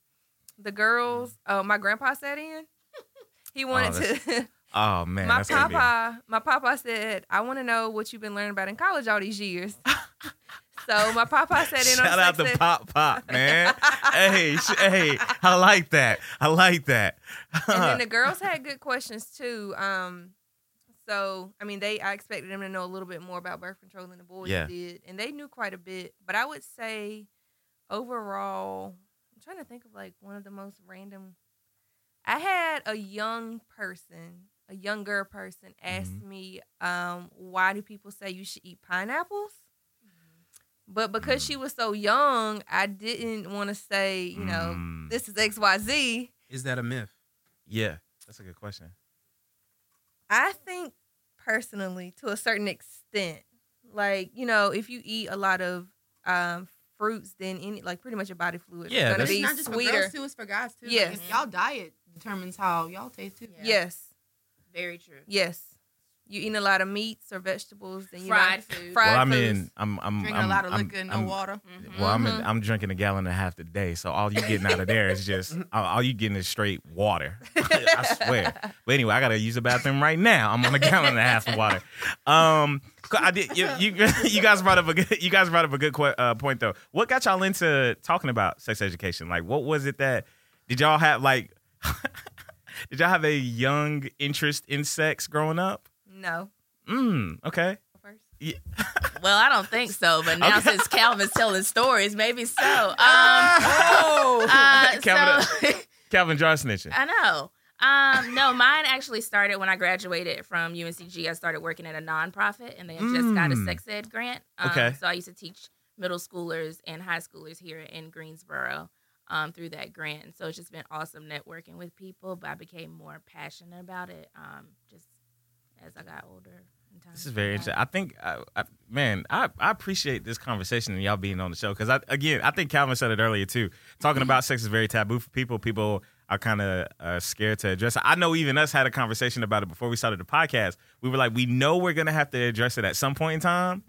S5: the girls uh, my grandpa sat in he wanted
S1: that's-
S5: to
S1: Oh man.
S5: my
S1: that's gonna be-
S5: papa, my papa said, "I want to know what you've been learning about in college all these years." so my papa said, "In
S1: Shout
S5: on
S1: out
S5: sex
S1: to
S5: ed-
S1: Pop Pop, man. hey, sh- hey, I like that. I like that.
S5: and
S1: Uh-huh.
S5: then the girls had good questions too. Um, so I mean, they I expected them to know a little bit more about birth control than the boys
S1: Yeah.
S5: did, and they knew quite a bit. But I would say, overall, I'm trying to think of like one of the most random. I had a young person, a younger person, ask
S1: Mhm.
S5: me, um, "Why do people say you should eat pineapples?" But because she was so young, I didn't want to say, you know,
S1: Mm.
S5: this is X Y Z.
S2: Is that a myth?
S1: yeah, that's a good question.
S5: I think personally, to a certain extent, like you know, if you eat a lot of um, fruits, then any like pretty much your body fluid
S1: Yeah,
S5: is gonna
S1: that's-
S5: be
S1: It's
S3: not just for
S5: sweeter.
S3: girls too, it's for guys too. Like,
S5: Yes.
S3: if y'all diet determines how y'all taste too.
S4: Yeah.
S5: Yes,
S4: Very true.
S5: yes. You eating a lot of meats or vegetables, then you
S4: Fried food.
S5: fried-
S1: well, I'm
S5: foods.
S1: in. I'm. I'm.
S3: Drinking
S1: I'm,
S3: a lot of
S1: I'm-
S3: liquor and no
S1: I'm-
S3: water.
S4: Mhm.
S1: Well, I'm. In, I'm drinking a gallon and a half today, so all you getting out of there is just all all you getting is straight water. I swear. But anyway, I gotta use the bathroom right now. I'm on a gallon and a half of water. Um, I did. You, you, you guys brought up a good. You guys brought up a good que- uh, point though. What got y'all into talking about sex education? Like, what was it that did y'all have? Like, did y'all have a young interest in sex growing up?
S5: no.
S1: Mm. Okay.
S5: First.
S4: Well, I don't think so, but now
S1: Okay.
S4: since Calvin's telling stories, maybe so. Um, oh, uh,
S1: Calvin,
S4: so,
S1: Calvin John snitching.
S4: I know. Um, no, mine actually started when I graduated from UNCG. I started working at a nonprofit, and they had just got a
S1: Mm.
S4: sex ed grant. Um,
S1: Okay.
S4: So I used to teach middle schoolers and high schoolers here in Greensboro um, through that grant. And so it's just been awesome networking with people. But I became more passionate about it um, just as I got older. and time
S1: This is very
S4: went by.
S1: interesting. I think, I, I, man, I, I appreciate this conversation and y'all being on the show because I again, I think Calvin said it earlier too. Talking about sex is very taboo for people. People are kind of uh, scared to address it. I know even us had a conversation about it before we started the podcast. We were like, we know we're gonna have to address it at some point in time.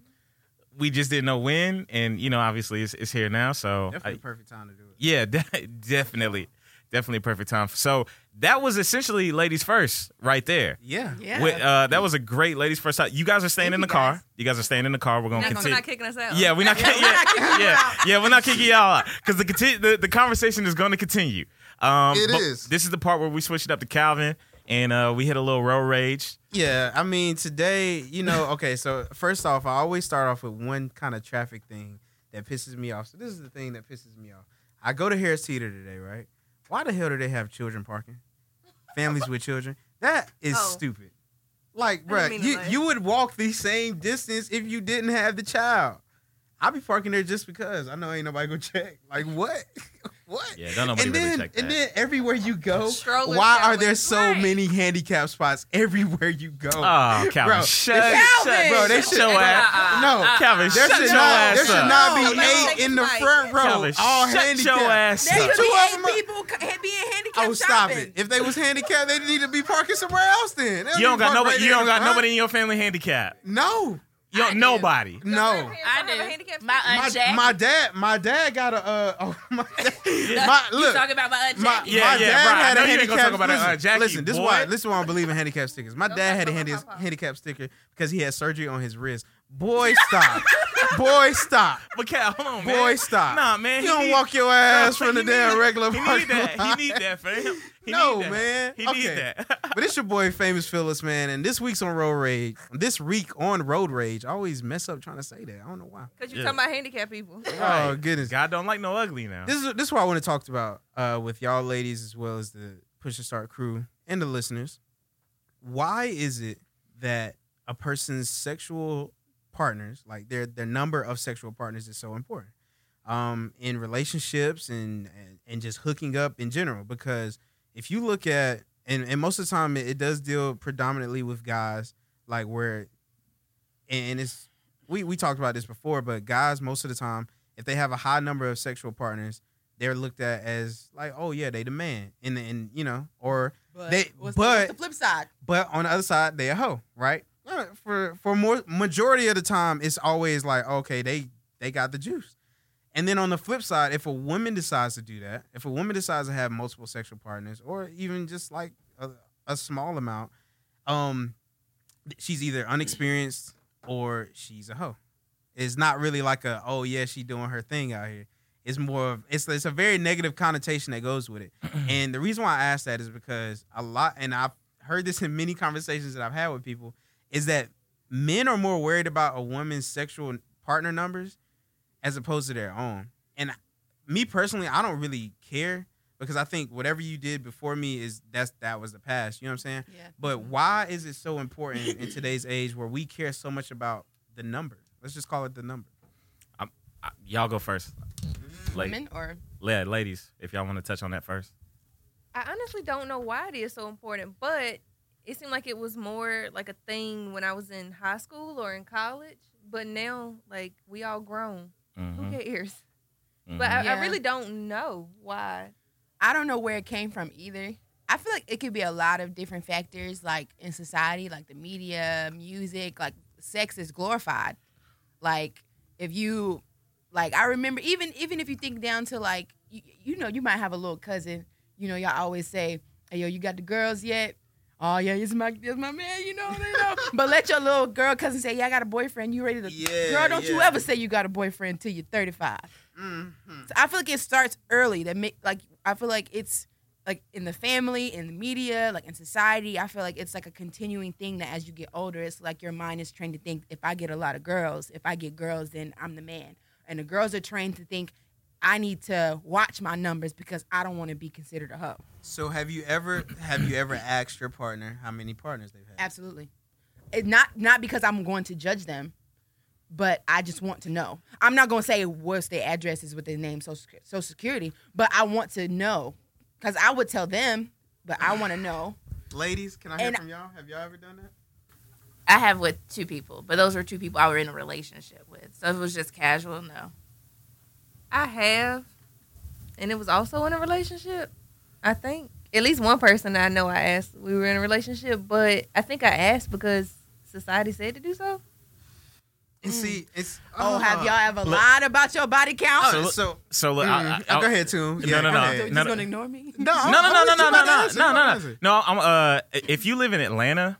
S1: We just didn't know when, and you know, obviously, it's, it's here now. So Oh, I-
S2: Definitely the perfect time to do it.
S1: yeah, de- definitely, definitely perfect time. So that was essentially ladies first, right there.
S2: Yeah.
S3: Yeah.
S1: Wait, uh, that was a great ladies first time. You guys are staying
S3: Thank
S1: in the
S3: you,
S1: car.
S3: guys.
S1: You guys are staying in the car. We're gonna
S5: Not gonna-
S1: continue.
S5: not kicking us out.
S1: yeah, we're not.
S3: Yeah,
S1: ki-
S3: we're not
S1: yeah,
S3: kicking you
S1: yeah,
S3: out.
S1: yeah, we're not kicking y'all out because the, conti- the the conversation is going to continue. Um,
S2: It
S1: but
S2: is.
S1: This is the part where we switch it up to Calvin and uh, we hit a little road rage.
S2: Yeah, I mean today, you know, okay, so first off, I always start off with one kind of traffic thing that pisses me off. So this is the thing that pisses me off. I go to Harris Teeter today, right? Why the hell do they have children parking? Families with children? That is
S5: Oh.
S2: stupid. Like,
S5: I didn't
S2: bruh,
S5: mean to
S2: you,
S5: laugh.
S2: you would walk the same distance if you didn't have the child. I'll be parking there just because I know ain't nobody gonna check. Like what? what?
S1: Yeah, don't nobody
S2: and
S1: really
S2: then,
S1: check that.
S2: and then everywhere you go,
S5: Strollers
S2: why are
S5: alley.
S2: there so
S5: Right.
S2: many handicap spots everywhere you go?
S1: oh, Calvin,
S2: Bro,
S1: shut,
S2: Calvin!
S1: shut,
S2: Bro, they
S1: shut
S2: should-
S1: your ass.
S4: Uh-uh.
S2: No,
S4: Uh-uh.
S1: Calvin,
S2: There
S1: shut
S2: should
S1: your
S2: not,
S1: ass
S2: there should
S1: up.
S2: not
S5: No,
S2: be
S5: nobody
S2: eight
S5: take
S2: in
S5: the
S2: the
S5: mic.
S2: front row,
S1: Calvin,
S2: all
S1: shut your
S2: handicapped.
S1: ass
S3: There
S1: up.
S3: could be
S2: Two of
S3: eight
S2: them are-
S3: people ca- being handicapped
S2: Oh, stop
S3: shopping.
S2: it! If they was handicapped, they need to be parking somewhere else. Then They
S1: You don't
S2: need to
S1: got
S2: park
S1: nobody.
S2: right
S1: You
S2: there
S1: don't
S2: in
S1: got
S2: the
S1: nobody in your family handicapped.
S2: front.
S1: You don't,
S4: do.
S1: nobody.
S2: No, no.
S4: I
S5: Have a
S4: do.
S5: handicap
S4: My
S5: space?
S4: aunt
S2: My,
S4: Jack.
S2: my dad, my dad got a. Uh, oh, my, my
S4: you
S2: look.
S4: talking about my aunt
S2: My,
S4: Jack?
S1: Yeah,
S2: my
S1: yeah,
S2: dad
S1: right. I
S2: had
S1: know
S2: a
S1: you ain't
S2: handicap
S1: gonna talk about that, uh, Jackie,
S2: Listen, this is
S1: boy.
S2: why this is why I believe in handicap stickers. My
S5: Don't
S2: dad
S5: talk
S2: had a
S5: about
S2: handi-
S5: my papa.
S2: handicap sticker because he had surgery on his wrist. Boy, stop. Boy, stop.
S1: But Cal, hold on, man.
S2: Boy, stop.
S1: Nah, man.
S2: You
S1: he
S2: don't
S1: need-
S2: walk your ass
S1: No,
S2: from the
S1: he needed-
S2: damn regular
S1: He
S2: parking
S1: need that.
S2: lot.
S1: He need that, fam. He
S2: No,
S1: need that.
S2: man.
S1: He
S2: Okay.
S1: need that.
S2: But it's your boy, Famous Phyllis, man. And this week's on Road Rage, this week on Road Rage, I always mess up trying to say that. I don't know why.
S5: Because you
S1: Yeah.
S5: talking about handicap people.
S1: Right.
S2: Oh, goodness.
S1: God don't like no ugly now.
S2: This is this is what I want to talk about uh, with y'all ladies as well as the Push to Start crew and the listeners, why is it that a person's sexual partners, like their their number of sexual partners, is so important um, in relationships and, and and just hooking up in general? Because if you look at and, and most of the time it, it does deal predominantly with guys, like where and it's we we talked about this before, but guys most of the time if they have a high number of sexual partners, they're looked at as like, oh yeah, they the man, and and you know, or
S6: But
S2: They-
S6: what's the,
S2: but-
S6: what's the flip side?
S2: but on the other side, they a hoe, right? Uh, For for more majority of the time, it's always like, okay, they they got the juice. And then on the flip side, if a woman decides to do that, if a woman decides to have multiple sexual partners, or even just like a, a small amount, um, she's either unexperienced or she's a hoe. It's not really like a oh yeah, she doing her thing out here. It's more of it's it's a very negative connotation that goes with it. and the reason why I ask that is because a lot, and I've heard this in many conversations that I've had with people, is that men are more worried about a woman's sexual partner numbers as opposed to their own. And me personally, I don't really care because I think whatever you did before me is that's that was the past. You know what I'm saying?
S3: Yeah.
S2: But why is it so important in today's age where we care so much about the number? Let's just call it the number.
S1: I- y'all go first. La-
S3: Women or
S1: la- ladies, if y'all want to touch on that first.
S5: I honestly don't know why it is so important, but it seemed like it was more like a thing when I was in high school or in college. But now, like, we all grown.
S1: Mhm,
S5: Who cares?
S1: mhm.
S5: But I,
S3: Yeah.
S5: I really don't know why.
S3: I don't know where it came from either. I feel like it could be a lot of different factors, like in society, like the media, music, like sex is glorified. Like if you, like I remember, even even if you think down to like you, you know, you might have a little cousin. You know, y'all always say, "Hey, yo, you got the girls yet?" Oh yeah, it's my it's my man. You know, they know. but let your little girl cousin say, "Yeah, I got a boyfriend. You ready to?"
S2: Yeah,
S3: girl, don't you
S2: yeah.
S3: ever say you got a boyfriend till you're 35.
S2: Mm-hmm.
S3: So I feel like it starts early. That make like I feel like it's like in the family, in the media, like in society. I feel like it's like a continuing thing that as you get older, it's like your mind is trained to think if I get a lot of girls, if I get girls, then I'm the man. And the girls are trained to think I need to watch my numbers because I don't want to be considered a hoe.
S2: So have you ever have you ever asked your partner how many partners they've had?
S3: Absolutely. It not not because I'm going to judge them, but I just want to know. I'm not going to say what's their address is, what their name, social, Sec- social security, but I want to know because I would tell them, but I want to know.
S2: Ladies, can I hear
S3: And-
S2: from y'all? Have y'all ever done that?
S4: I have with two people, but those were two people I were in a relationship with. So if it was just casual, no.
S5: I have, and it was also in a relationship. I think at least one person I know I asked. We were in a relationship, but I think I asked because society said to do so.
S2: And see, it's
S3: Mm. Oh, have y'all ever
S1: Look-
S3: lied about your body count?
S1: So
S2: Oh,
S1: look-
S2: so
S1: So look, I, I,
S2: Mm, go ahead, Toon.
S1: No,
S2: Yeah,
S1: no,
S2: go
S1: no.
S3: So
S2: ahead.
S3: you just gonna ignore me?
S1: No, no, no, no, no, no, no, no, no, no.
S2: no.
S1: No, I'm, uh, if you live in Atlanta,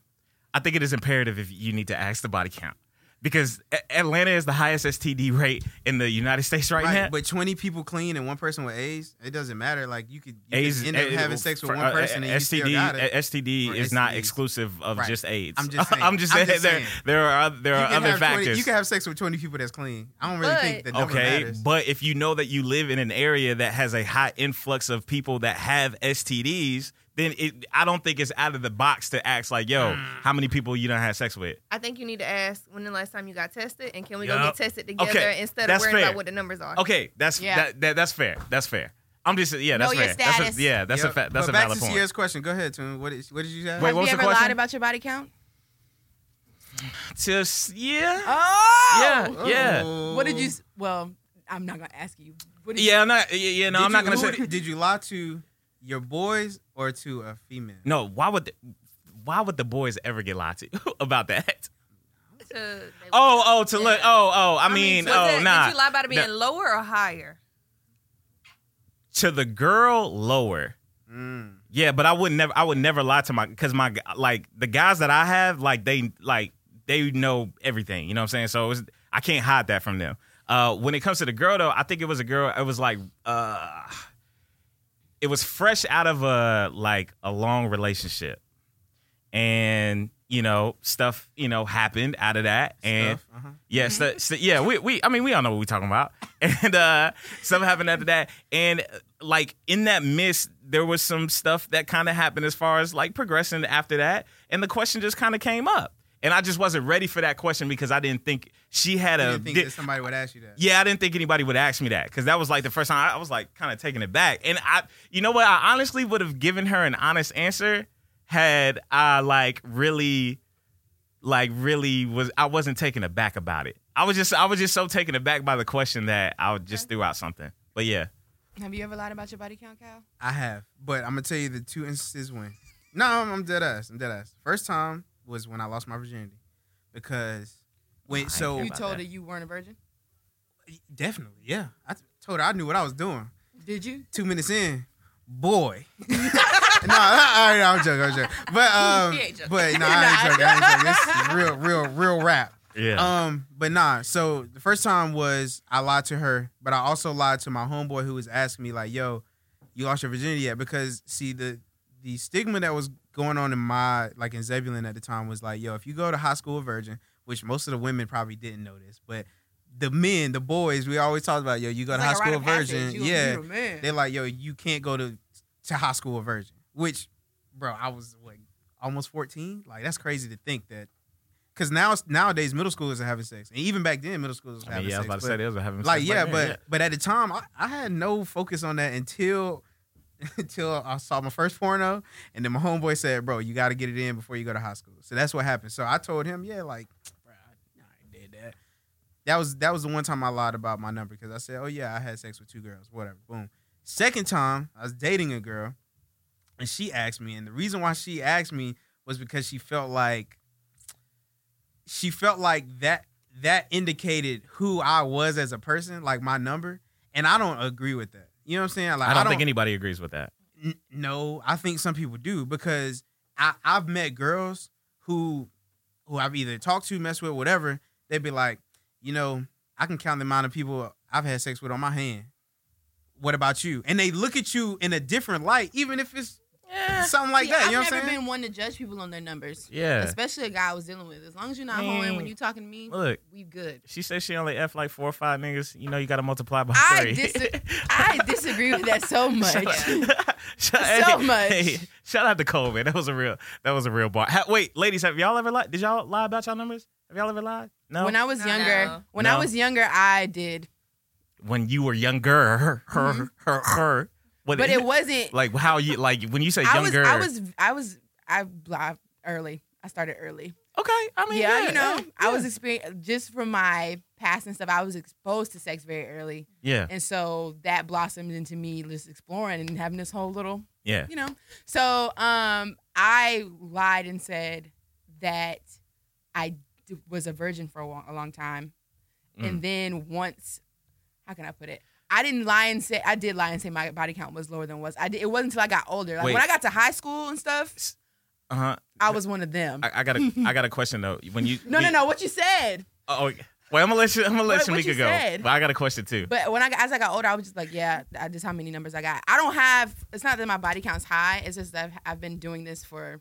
S1: I think it is imperative if you need to ask the body count because A- Atlanta is the highest STD rate in the United States right,
S2: Right,
S1: now.
S2: but twenty people clean and one person with AIDS, it doesn't matter. Like you could, you
S1: AIDS
S2: could end up
S1: eh,
S2: having sex with
S1: for-
S2: one
S1: uh,
S2: person and you
S1: STD,
S2: still got
S1: eh,
S2: it.
S1: STD
S2: Or
S1: is not
S2: STDs.
S1: exclusive of
S2: Right.
S1: just AIDS.
S2: I'm just
S1: I'm
S2: saying.
S1: just
S2: I'm
S1: saying,
S2: just
S1: there,
S2: saying.
S1: there are oth- there
S2: You
S1: are
S2: can
S1: uh, other
S2: have 20
S1: factors.
S2: you can have sex with twenty people that's clean. I don't really
S5: But-
S2: think that number
S1: Okay,
S2: matters.
S1: but if you know that you live in an area that has a high influx of people that have STDs, then it, I don't think it's out of the box to ask like, "Yo,
S2: Hmm.
S1: how many people you don't have sex with?"
S5: I think you need to ask when the last time you got tested, and can we go
S1: Yup.
S5: get tested together
S1: Okay,
S5: instead of
S1: that's
S5: worrying
S1: fair.
S5: about what the numbers are?
S1: Okay, that's
S3: Yeah.
S1: that, that that's fair. That's fair. I'm just yeah,
S3: Know
S1: that's
S3: your
S1: fair. That's
S3: status.
S1: a, yeah, that's
S2: Yep.
S1: a fa- that's
S2: but
S1: a
S2: back
S1: valid
S2: to
S1: point.
S2: Sierra's question. Go ahead, Tune. What is what did you say?
S1: Wait,
S3: have
S1: what was
S3: you
S1: the
S3: ever
S1: question?
S3: lied about your body count?
S1: Just yeah,
S3: Oh,
S1: yeah, yeah,
S2: Oh.
S3: What did you? s- Well, I'm not gonna ask you. What did
S1: yeah. I'm not. Yeah, yeah no,
S2: Did
S1: I'm not
S2: you-
S1: gonna
S2: who
S1: say.
S2: Did, did you lie to your boys or to a female?
S1: No, why would the, why would the boys ever get lied to about that?
S5: To- they-
S1: Oh, oh, to look. Oh, oh. I
S5: I
S1: mean,
S5: was
S1: oh,
S5: it-
S1: nah.
S5: Did you lie about it being
S1: Nah.
S5: lower or higher?
S1: To the girl, lower.
S2: Mm.
S1: Yeah, but I would never. I would never lie to my because my like the guys that I have like they like they know everything. You know what I'm saying? So it was, I can't hide that from them. Uh, when it comes to the girl though, I think it was a girl. It was like uh, it was fresh out of a like a long relationship, and you know stuff you know happened out of that, and
S2: Stuff, uh-huh.
S1: Mm-hmm. yeah, stu- stu- yeah, we, we I mean we all know what we're talking about. And uh something happened after that. And like in that mist, there was some stuff that kind of happened as far as like progressing after that, and the question just kind of came up, and I just wasn't ready for that question because I didn't think she had
S2: I
S1: a.
S2: didn't think
S1: di-
S2: that somebody would ask you that.
S1: yeah, I didn't think anybody would ask me that because that was like the first time I, I was like kind of taking it back, and I, you know what, I honestly would have given her an honest answer had I like really, like really was I wasn't taken aback about it. I was just I was just so taken aback by the question that I would just threw out something. But yeah,
S3: Have you ever lied about your body count, Cal?
S2: I have, but I'm gonna tell you the two instances when. No, I'm, I'm dead ass. I'm dead ass. First time was when I lost my virginity because
S1: I
S2: when
S1: ain't
S2: so
S1: care
S3: You
S1: about
S3: told
S1: that.
S3: her you weren't a virgin.
S2: definitely yeah. I told her I knew what I was doing.
S3: Did you?
S2: Two minutes in, boy. no, I, I, I'm joking. I'm joking. But um,
S5: He ain't joking.
S2: but no, I ain't joking. I ain't joking. This is real, real, real rap.
S1: yeah.
S2: Um, but nah. So the first time was I lied to her, but I also lied to my homeboy who was asking me like, "Yo, you lost your virginity yet?" Because see the the stigma that was going on in my like in Zebulon at the time was like, "Yo, if you go to high school a virgin," which most of the women probably didn't know this, but the men, the boys, we always talked about, "Yo, you go to
S3: It's
S2: high
S3: like a rite
S2: school a
S3: of passage.
S2: virgin."
S3: You a-
S2: yeah,
S3: you a man.
S2: they're like, "Yo, you can't go to to high school a virgin," which, bro, I was what almost fourteen. Like that's crazy to think that because now nowadays middle schoolers are having sex, and even back then middle schoolers were
S1: I mean,
S2: having
S1: yeah, I was
S2: sex.
S1: about to
S2: but-
S1: say they was having
S2: like
S1: sex
S2: yeah,
S1: back
S2: but
S1: then,
S2: but at the time I, I had no focus on that until until I saw my first porno, and then my homeboy said, "Bro, you got to get it in before you go to high school." So that's what happened. So I told him, "Yeah, like, bro, I, I did that." That was that was the one time I lied about my number because I said, "Oh yeah, I had sex with two girls, whatever." Boom. Second time I was dating a girl, and she asked me, and the reason why she asked me was because she felt like she felt like that that indicated who I was as a person, like my number, and I don't agree with that. You know what I'm saying? Like
S1: I don't think anybody agrees with that.
S2: N- no, I think some people do because I, I've met girls who who I've either talked to, messed with, whatever. They'd be like, you know, I can count the amount of people I've had sex with on my hand. What about you? And they look at you in a different light, even if it's something like
S3: See,
S2: that.
S3: Eh,
S2: you
S3: I've
S2: know what
S3: never
S2: I'm saying?
S3: been one to judge people on their numbers,
S1: Yeah.
S3: especially a guy I was dealing with. As long as you're not
S1: Man.
S3: hoeing when you're talking to me,
S1: Look,
S3: we good.
S1: she said she only f like four or five niggas. You know, you got to multiply by
S3: I
S1: three.
S3: dis- I disagree with that so much.
S1: Shout out- Shout-
S3: So much.
S1: shout out to Cole, man. That was a real. That was a real bar. Ha- wait, ladies, have y'all ever lied? Did y'all lie about y'all numbers? Have y'all ever lied? No.
S3: When I was
S5: No,
S3: younger,
S5: no.
S3: when
S1: No.
S3: I was younger, I did,
S1: When you were younger, her, her,
S3: Mhm.
S1: her, her. What-
S3: but it wasn't.
S1: like how you like when you say
S3: I was,
S1: younger.
S3: I was, I was, I lied early. I started early.
S1: okay. I mean,
S3: yeah, you know,
S1: yeah,
S3: I was experienced just from my past and stuff. I was exposed to sex very early,
S1: Yeah,
S3: and so that blossomed into me just exploring and having this whole little
S1: yeah.
S3: you know. So um, I lied and said that I d- was a virgin for a, wa- a long time,
S1: Mm.
S3: and then once, how can I put it? I didn't lie and say I did lie and say my body count was lower than it was. I did, it wasn't until I got older. Like
S1: Wait.
S3: when I got to high school and stuff,
S1: Uh huh.
S3: I was one of them.
S1: I, I got a. I got a question though. When you
S3: no, no, no. What you said,
S1: Oh, wait, I'm gonna let you. I'm gonna let
S3: What-
S1: you
S3: what
S1: Shamika
S3: you
S1: go.
S3: said?
S1: But I got a question too.
S3: but when I got, as I got older, I was just like, yeah, I, just how many numbers I got. I don't have. It's not that my body count's high. It's just that I've, I've been doing this for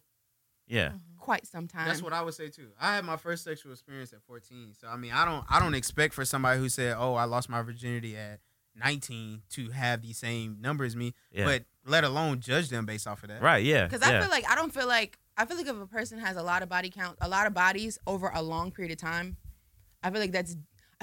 S1: yeah,
S3: quite some time.
S2: That's what I would say too. I had my first sexual experience at 14, so I mean, I don't, I don't expect for somebody who said, "Oh, I lost my virginity at 19," to have the same number as me,
S1: yeah.
S2: but let alone judge them based off of that.
S1: right, yeah,
S3: Because I
S1: yeah.
S3: feel like I don't feel like I feel like if a person has a lot of body count, a lot of bodies over a long period of time, I feel like that's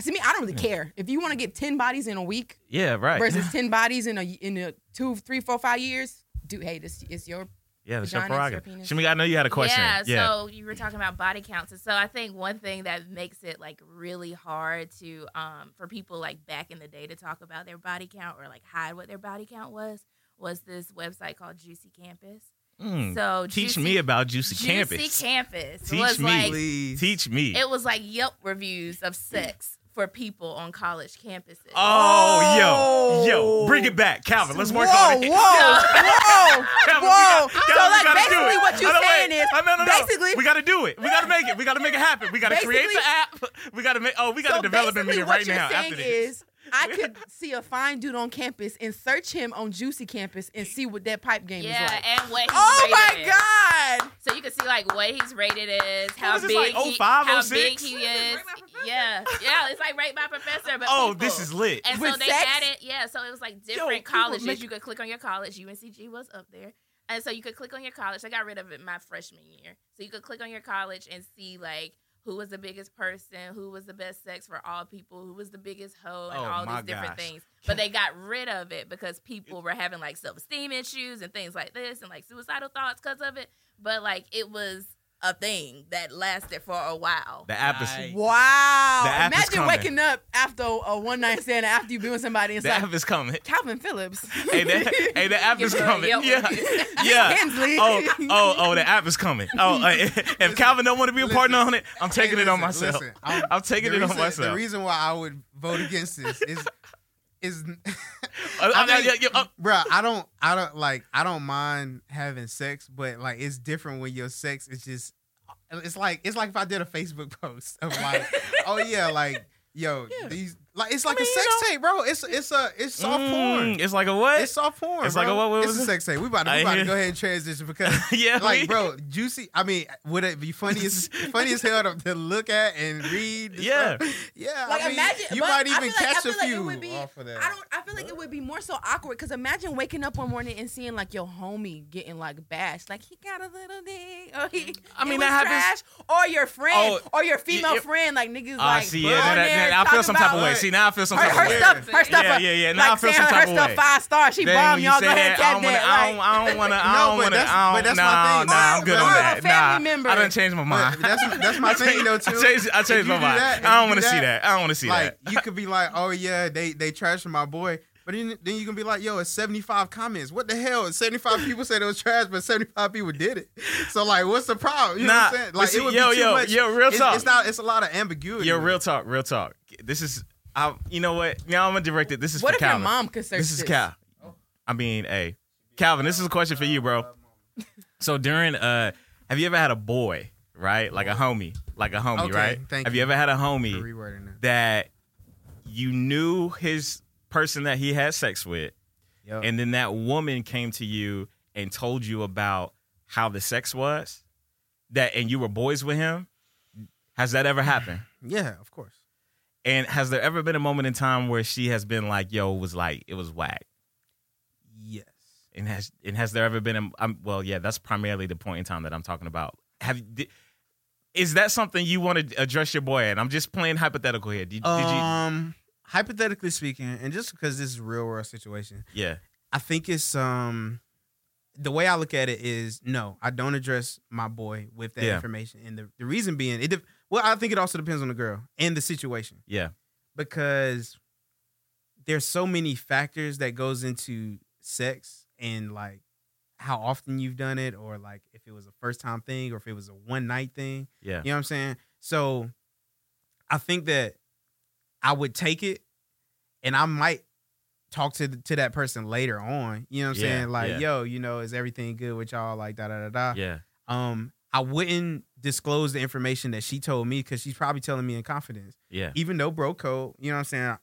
S3: to me. I don't really care if you want to get ten bodies in a week
S1: yeah, right.
S3: versus ten bodies in a in a two, three, four, five years. Do hey, this is your
S1: yeah, that's your
S3: vaginas, your
S1: prerogative.
S3: penis.
S1: Shamika, I know you had a question.
S4: Yeah,
S1: yeah.
S4: so you were talking about body counts, and so I think one thing that makes it like really hard to um for people like back in the day to talk about their body count or like hide what their body count was was this website called Juicy Campus.
S1: Mm.
S4: So
S1: Teach
S4: Juicy-
S1: me about Juicy,
S4: Juicy
S1: Campus.
S4: Campus
S1: Teach
S4: was
S1: me.
S4: like
S2: Please.
S1: Teach me.
S4: it was like Yelp reviews of sex for people on college campuses.
S1: oh, yo, yo,
S3: Whoa.
S1: bring it back, Calvin. Let's work
S3: whoa,
S1: on it.
S3: whoa, whoa,
S1: Calvin,
S3: whoa.
S1: We got,
S3: so
S1: Calvin, we
S3: like
S1: gotta do
S3: basically
S1: it.
S3: what you're
S1: Oh, no,
S3: saying
S1: wait.
S3: is
S1: oh, no, no, no.
S3: basically
S1: we gotta do it. We gotta make it. We gotta make it happen. We gotta create
S3: Basically-
S1: the app. We gotta make. Oh, we gotta
S3: so
S1: develop it
S3: basically
S1: meeting
S3: what
S1: right
S3: you're
S1: now.
S3: saying
S1: After this,
S3: is I could see a fine dude on campus and search him on Juicy Campus and see what that pipe game is
S4: yeah,
S3: like.
S4: and what? he
S3: Oh my
S4: rated it.
S3: god.
S4: So you can see like what he's rated as, how
S1: is this,
S4: big,
S1: like, oh,
S4: he,
S1: 05,
S4: how
S1: 06?
S4: big he
S5: What is
S4: is.
S5: this, Rate My Professor?
S4: Yeah, yeah, it's like rate my professor. But
S1: Oh,
S4: people.
S1: this is lit.
S4: And
S3: With
S4: so they
S3: sex?
S4: had it, yeah. So it was like different
S1: people
S4: colleges.
S1: make-
S4: you could click on your college. UNCG was up there, and so you could click on your college. I got rid of it my freshman year, so you could click on your college and see like who was the biggest person, who was the best sex for all people, who was the biggest hoe, and
S1: Oh,
S4: all
S1: my
S4: these different
S1: gosh.
S4: things. But they got rid of it because people were having like self esteem issues and things like this, and like suicidal thoughts because of it. But like it was a thing that lasted for a while.
S1: The app is
S6: Nice.
S1: The
S3: Wow.
S1: app is
S3: Imagine
S1: coming.
S3: waking up after a one night stand after you've been with somebody and
S1: the
S3: it's like,
S1: app is coming.
S3: Calvin Phillips.
S1: Hey, the, hey, the app
S4: Give
S1: is
S4: her a
S1: coming.
S4: Yelp
S1: Yeah,
S4: review.
S1: yeah.
S3: Hensley.
S1: Oh, oh, oh! The app is coming. Oh, uh, if Calvin don't want to be a partner
S2: listen.
S1: on it, I'm taking it on
S2: Listen,
S1: myself.
S2: listen, I'm-
S1: I'm taking
S2: the
S1: it on
S2: reason- The
S1: myself.
S2: reason why I would vote against this is is
S1: Uh,
S2: I
S1: uh,
S2: think-
S1: yeah, yeah, uh,
S2: Bruh, I don't, I don't like, I don't mind having sex, but like, it's different when your sex is just, it's like, it's like if I did a Facebook post of like, oh yeah, like, yo,
S3: Yeah.
S2: these, like, it's like
S1: mean,
S2: a
S1: you
S2: sex
S1: know-
S2: tape, bro. It's, it's a, it's soft
S1: mm,
S2: porn.
S1: It's like a what?
S2: It's soft porn.
S1: It's like
S2: bro.
S1: a what- what
S2: It's
S1: was
S2: a
S1: it?
S2: sex tape. We about to, we
S1: I
S2: about to
S1: hear-
S2: go ahead and transition because
S1: yeah, we-
S2: like bro, juicy. I mean, would it be funny? As, funny as hell to, to look at and read. and
S1: Yeah.
S2: stuff? yeah.
S3: Like,
S2: I mean,
S3: imagine-
S2: you
S3: but
S2: might
S3: I
S2: even
S3: feel like- I
S2: catch a
S3: feel like it
S2: few
S3: would be-
S2: off of that.
S3: I don't. I feel like it would be more so awkward because imagine waking up one morning and seeing like your homie getting like bashed, like he got a little dick, or he.
S1: I
S3: I
S1: mean,
S3: mean,
S1: that
S3: that
S1: happens-
S3: trash, or your friend,
S1: Oh,
S3: or your female
S1: yeah.
S3: friend, like niggas
S1: Ah,
S3: like.
S1: see,
S3: blowing
S1: yeah, now that,
S3: there,
S1: now I feel
S3: talking
S1: some type
S3: about-
S1: of way. See, now I feel some
S3: Her,
S1: type
S3: her
S1: of way.
S3: stuff, her stuff,
S1: Yeah, yeah, yeah. Now I
S3: like
S1: feel
S3: saying
S1: some type
S3: her
S1: of
S3: stuff
S1: way.
S3: five star. She
S1: Then
S3: bomb
S1: when
S3: y'all.
S1: you
S3: Go
S1: say
S3: ahead,
S1: that, I
S3: tap
S1: don't wanna-
S3: that.
S1: I
S3: like-
S1: don't- I don't want to.
S2: No,
S1: I don't
S2: but
S1: want to.
S2: that's-
S1: I
S2: but
S1: don't.
S2: that's
S1: Nah,
S2: my thing.
S1: nah, I'm
S2: Or-
S1: good on
S2: or a
S1: that.
S3: family
S1: Nah,
S3: member.
S1: I done changed my
S2: But
S1: mind.
S2: that's that's my thing though
S1: I
S2: too.
S1: changed, I
S2: If
S1: changed
S2: you
S1: my
S2: do
S1: mind.
S2: that- if
S1: I
S2: you
S1: don't want
S2: do
S1: to see
S2: that,
S1: that. I don't want to see
S2: Like
S1: that.
S2: you could be like, oh yeah, they they trashing my boy, but then, then you can be like, yo, it's seventy five comments. What the hell? Seventy five people said it was trash, but seventy five people did it. So like, what's the problem? You know
S1: Nah,
S2: what I'm saying?
S1: but
S2: Like
S1: see,
S2: it would
S1: yo,
S2: be too
S1: yo,
S2: much.
S1: yo, real
S2: it's,
S1: talk.
S2: It's not. It's a lot of ambiguity.
S1: Yo, real talk, real talk. This is, I. You know what? Now I'm gonna direct it. This is
S3: What
S1: for
S3: if your
S1: Calvin.
S3: mom could search
S1: This
S3: this?
S1: is Cal. I mean, hey, Calvin. This is a question for you, bro. So during, uh, have you ever had a boy, right? Like a homie, like a homie,
S2: Okay,
S1: right?
S2: thank
S1: have
S2: you.
S1: you ever had a
S2: For
S1: homie?
S2: rewording that.
S1: that you knew his person that he had sex with,
S2: Yo.
S1: and then that woman came to you and told you about how the sex was, that and you were boys with him. Has that ever happened?
S2: yeah, of course.
S1: And has there ever been a moment in time where she has been like, "Yo, it was like it was whack"?
S2: Yes.
S1: And has and has there ever been a um, well, yeah, that's primarily the point in time that I'm talking about. Have di is that something you want to address your boy? And I'm just playing hypothetical here. Did, did you?
S2: Um, hypothetically speaking, and just because this is a real world situation,
S1: Yeah.
S2: I think it's um the way I look at it is no, I don't address my boy with that
S1: Yeah.
S2: information, and the, the reason being it. dep- Well, I think it also depends on the girl and the situation
S1: Yeah.
S2: because there's so many factors that goes into sex and like how often you've done it or like if it was a first time thing or if it was a one night thing
S1: Yeah.
S2: you know what I'm saying? So I think that I would take it and I might talk to to that person later on. You know what I'm
S1: Yeah,
S2: saying? Like,
S1: yeah.
S2: yo, you know, is everything good with y'all? Like da da da da.
S1: Yeah.
S2: Um, I wouldn't disclose the information that she told me because she's probably telling me in confidence.
S1: Yeah.
S2: Even though bro code, you know what I'm saying?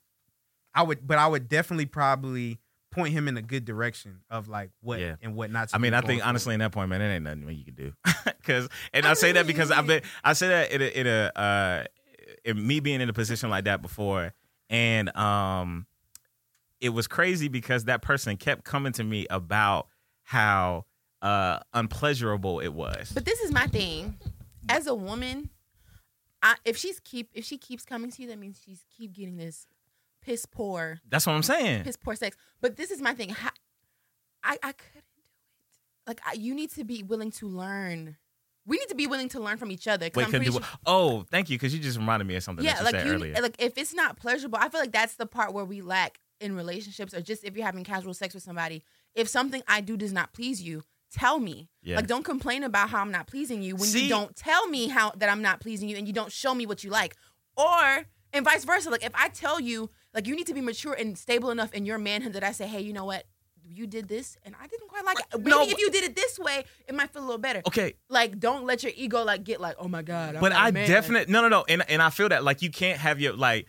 S2: I would but I would definitely probably point him in a good direction of like what
S1: Yeah.
S2: and what not to
S1: I mean,
S2: do
S1: I
S2: going
S1: think
S2: forward.
S1: honestly, in that point, man, it ain't nothing you can do. Because, and I, say that because I've been, I say that in a, in a uh, in me being in a position like that before, and um, it was crazy because that person kept coming to me about how uh unpleasurable it was.
S3: But this is my thing. As a woman, I, if she's keep if she keeps coming to you, that means she's keep getting this piss poor
S1: That's what I'm saying.
S3: piss poor sex. But this is my thing. How, I I couldn't do it. Like I, you need to be willing to learn. We need to be willing to learn from each other. 'cause
S1: Wait,
S3: I'm
S1: could
S3: pretty
S1: do,
S3: sure-
S1: oh, thank you, because you just reminded me of something that
S3: yeah,
S1: you
S3: like
S1: said
S3: you
S1: earlier.
S3: like if it's not pleasurable, I feel like that's the part where we lack in relationships, or just if you're having casual sex with somebody. If something I do does not please you, tell me.
S1: yeah,
S3: Like, don't complain about how I'm not pleasing you when
S1: See-
S3: you don't tell me how that I'm not pleasing you and you don't show me what you like. Or, and vice versa. Like, if I tell you, like, you need to be mature and stable enough in your manhood that I say, hey, you know what? You did this and I didn't quite like it. Maybe
S1: No,
S3: if you did it this way, it might feel a little better.
S1: okay,
S3: Like, don't let your ego, like, get like, oh my God. I'm
S1: but
S3: not a
S1: I
S3: man.
S1: definitely no no no and and I feel that like you can't have your like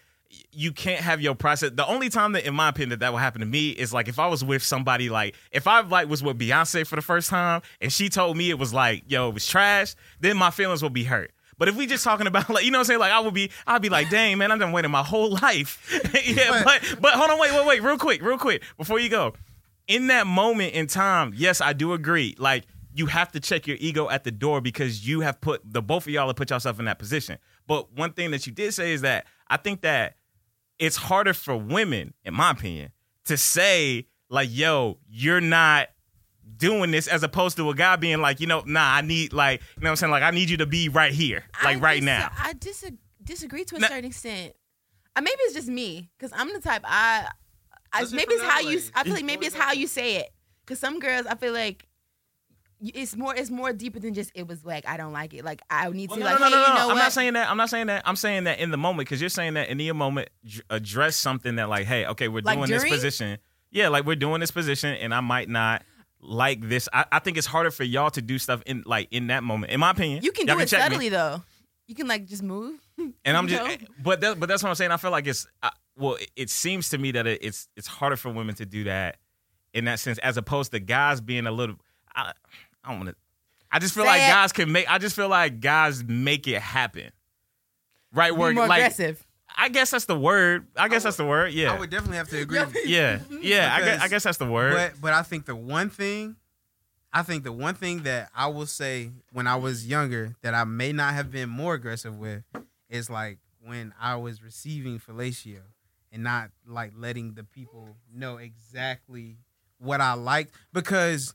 S1: you can't have your process. The only time that, in my opinion, that, that would happen to me is like if I was with somebody, like if I like was with Beyonce for the first time and she told me it was like, yo, it was trash, then my feelings would be hurt. But if we just talking about like, you know what I'm saying? Like I would be, I'd be like, dang, man, I've been waiting my whole life. yeah, but but hold on, wait, wait, wait, real quick, real quick, before you go. In that moment in time, yes, I do agree. Like you have to check your ego at the door because you have put the both of y'all have put yourself in that position. But one thing that you did say is that I think that it's harder for women, in my opinion, to say like, "Yo, you're not doing this," as opposed to a guy being like, "You know, nah, I need like, you know, what I'm saying like, I need you to be right here, like
S3: I
S1: right
S3: dis-
S1: now."
S3: I disagree, disagree to a
S1: No.
S3: certain extent. Uh, maybe it's just me because I'm the type I. I
S2: That's it
S3: maybe
S2: for
S3: it's how
S2: them
S3: you. I feel
S2: ladies.
S3: like maybe it's how you say it. Because some girls, I feel like y- it's more. It's more deeper than just it was whack. I don't like it. Like I need to
S1: Well,
S3: like.
S1: no, no,
S3: hey,
S1: no,
S3: you
S1: no.
S3: know
S1: I'm
S3: what?
S1: not saying that. I'm not saying that. I'm saying that in the moment because you're saying that in the moment dr- address something that like, hey, okay, we're
S3: Like
S1: doing this
S3: during?
S1: position. Yeah, like we're doing this position, and I might not like this. I, I think it's harder for y'all to do stuff in like in that moment. In my opinion,
S3: you can
S1: Y'all
S3: do it
S1: check me.
S3: subtly though. You can like just move.
S1: And I'm
S3: you
S1: just, eh,
S3: know?
S1: but that, but that's what I'm saying. I feel like it's, I, well, it, it seems to me that it, it's it's harder for women to do that in that sense, as opposed to guys being a little. I, I don't want to. I just feel
S3: Say
S1: like
S3: it.
S1: guys can make. I just feel like guys make it happen. Right
S3: Be
S1: word,
S3: more
S1: like
S3: aggressive.
S1: I guess that's the word. I guess
S2: I
S1: that's the word. Yeah,
S2: I would definitely have to agree. with you.
S1: yeah, yeah. I, guess, I
S2: Because-
S1: guess that's the word.
S2: But but I think the one thing, I think the one thing that I will say when I was younger that I may not have been more aggressive with is like when I was receiving fellatio and not like letting the people know exactly what I liked because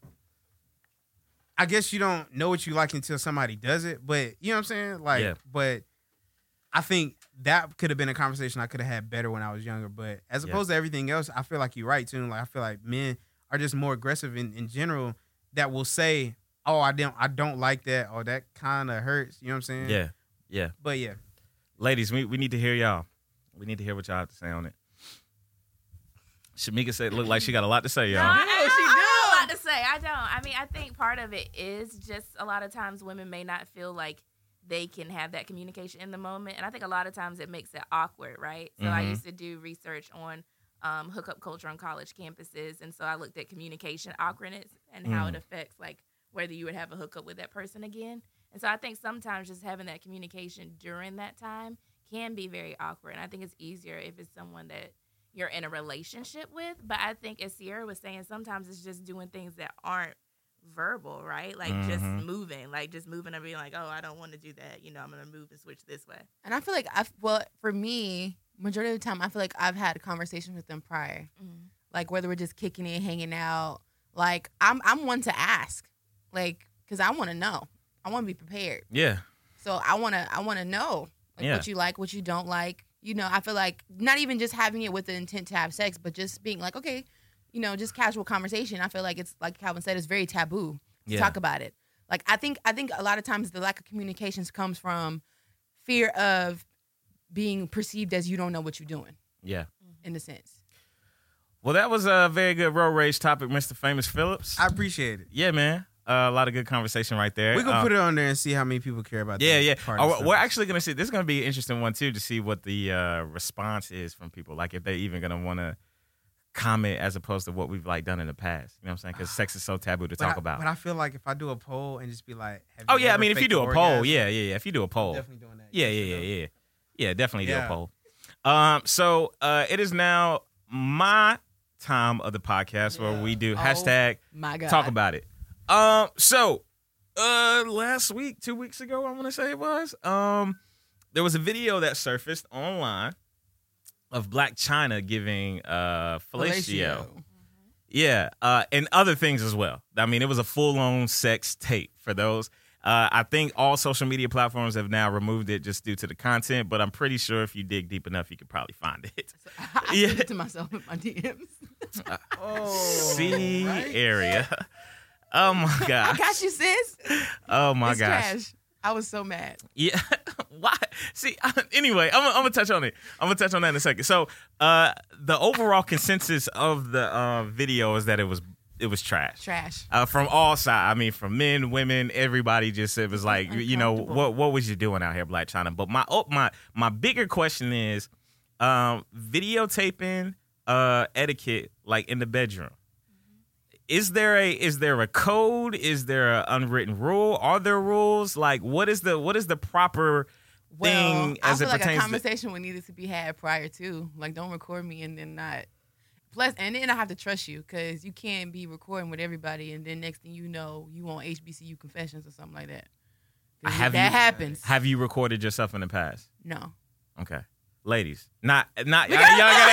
S2: I guess you don't know what you like until somebody does it. But you know what I'm saying? Like,
S1: Yeah.
S2: but I think that could have been a conversation I could have had better when I was younger. But as
S1: Yeah.
S2: opposed to everything else, I feel like you're right too. Like I feel like men are just more aggressive in, in general that will say, "Oh, I don't, I don't like that," or "That kind of hurts." You know what I'm saying?
S1: yeah, yeah.
S2: But yeah,
S1: Ladies, we, we need to hear y'all. We need to hear what y'all have to say on it. Shamika said, "Look like she got a lot to say,
S4: No,
S1: y'all."
S4: I, I,
S5: Yeah, she
S4: I don't have a lot to say. I don't. I mean, I think part of it is just a lot of times women may not feel like they can have that communication in the moment, and I think a lot of times it makes it awkward, right? So I
S1: Mhm.
S4: used to do research on um, hookup culture on college campuses, and so I looked at communication awkwardness and how
S1: Mm.
S4: it affects like whether you would have a hookup with that person again. And so I think sometimes just having that communication during that time can be very awkward, and I think it's easier if it's someone that you're in a relationship with. But I think, as Sierra was saying, sometimes it's just doing things that aren't verbal, right? Like just
S3: Mm-hmm.
S1: Mhm.
S4: moving, like just moving and being like, oh, I don't want to do that. You know, I'm going to move and switch this way.
S3: And I feel like I well for me majority of the time I feel like I've had conversations with them prior.
S4: Mm-hmm.
S3: like whether we're just kicking it, hanging out. Like I'm I'm one to ask, like because I want to know. I want to be prepared.
S1: Yeah,
S3: So I want to I want to know like
S1: Yeah.
S3: what you like, what you don't like. You know, I feel like not even just having it with the intent to have sex, but just being like, okay, you know, just casual conversation. I feel like it's like Calvin said, it's very taboo to
S1: Yeah.
S3: talk about it. Like I think I think a lot of times the lack of communications comes from fear of being perceived as you don't know what you're doing
S1: yeah.
S3: in a sense.
S1: Well, that was a very good road rage topic, Mr. Famous Phillips.
S2: I appreciate it.
S1: yeah, man. Uh, a lot of good conversation right there.
S2: We can
S1: Uh,
S2: put it on there and see how many people care about.
S1: Yeah,
S2: that
S1: yeah.
S2: part
S1: Oh,
S2: of
S1: we're-
S2: stuff.
S1: we're actually gonna see. This is gonna be an interesting one too to see what the uh, response is from people. Like if they even gonna want to comment as opposed to what we've like done in the past. You know what I'm saying? Because sex is so taboo to
S2: But
S1: talk
S2: I-
S1: about.
S2: But I feel like if I do a poll and just be like, have
S1: oh
S2: you
S1: yeah, I
S2: ever
S1: mean if you
S2: faked
S1: do
S2: an
S1: a poll,
S2: orgasm?
S1: yeah, yeah, yeah. If you do a poll,
S2: Definitely doing that.
S1: yeah,
S2: Yes
S1: yeah,
S2: or no?
S1: yeah, yeah, yeah. Definitely do
S2: Yeah.
S1: a poll. Um, so uh, it is now my time of the podcast where we do
S3: Oh.
S1: hashtag
S3: My God,
S1: talk about it. Um, so uh last week, two weeks ago, I want to say it was, um, there was a video that surfaced online of Black China giving uh fellatio.
S3: Fellatio.
S1: Yeah, uh, and other things as well. I mean, it was a full on sex tape for those. Uh, I think all social media platforms have now removed it just due to the content, but I'm pretty sure if you dig deep enough, you could probably find it.
S3: I I
S1: Yeah.
S3: sent it to myself in my DMs.
S2: Oh,
S1: C
S2: right?
S1: area. Oh my
S3: I
S1: god.
S3: got you, sis.
S1: Oh my
S3: it's
S1: gosh.
S3: trash. I was so mad.
S1: Yeah. Why? See, anyway, I'm, I'm gonna touch on it. I'm gonna touch on that in a second. So, uh, the overall consensus of the uh, video is that it was it was trash.
S3: Trash.
S1: Uh, from all sides. I mean, from men, women, everybody. Just it was like, you know,
S3: Uncomfortable.
S1: what what was you doing out here, Black China? But my oh, my my bigger question is, um, videotaping uh, etiquette like in the bedroom. Is there a is there a code? Is there an unwritten rule? Are there rules? Like what is the what is the proper
S3: Well,
S1: thing
S3: I
S1: as
S3: feel
S1: it
S3: like a
S1: pertains to
S3: conversation would needed to be had prior to. Like, don't record me and then not. Plus, and then I have to trust you because you can't be recording with everybody, and then next thing you know, you on HBCU Confessions or something like that.
S1: I have
S3: that
S1: you-
S3: happens.
S1: Have you recorded yourself in the past?
S3: no.
S1: Okay. Ladies, not not y'all, y'all gotta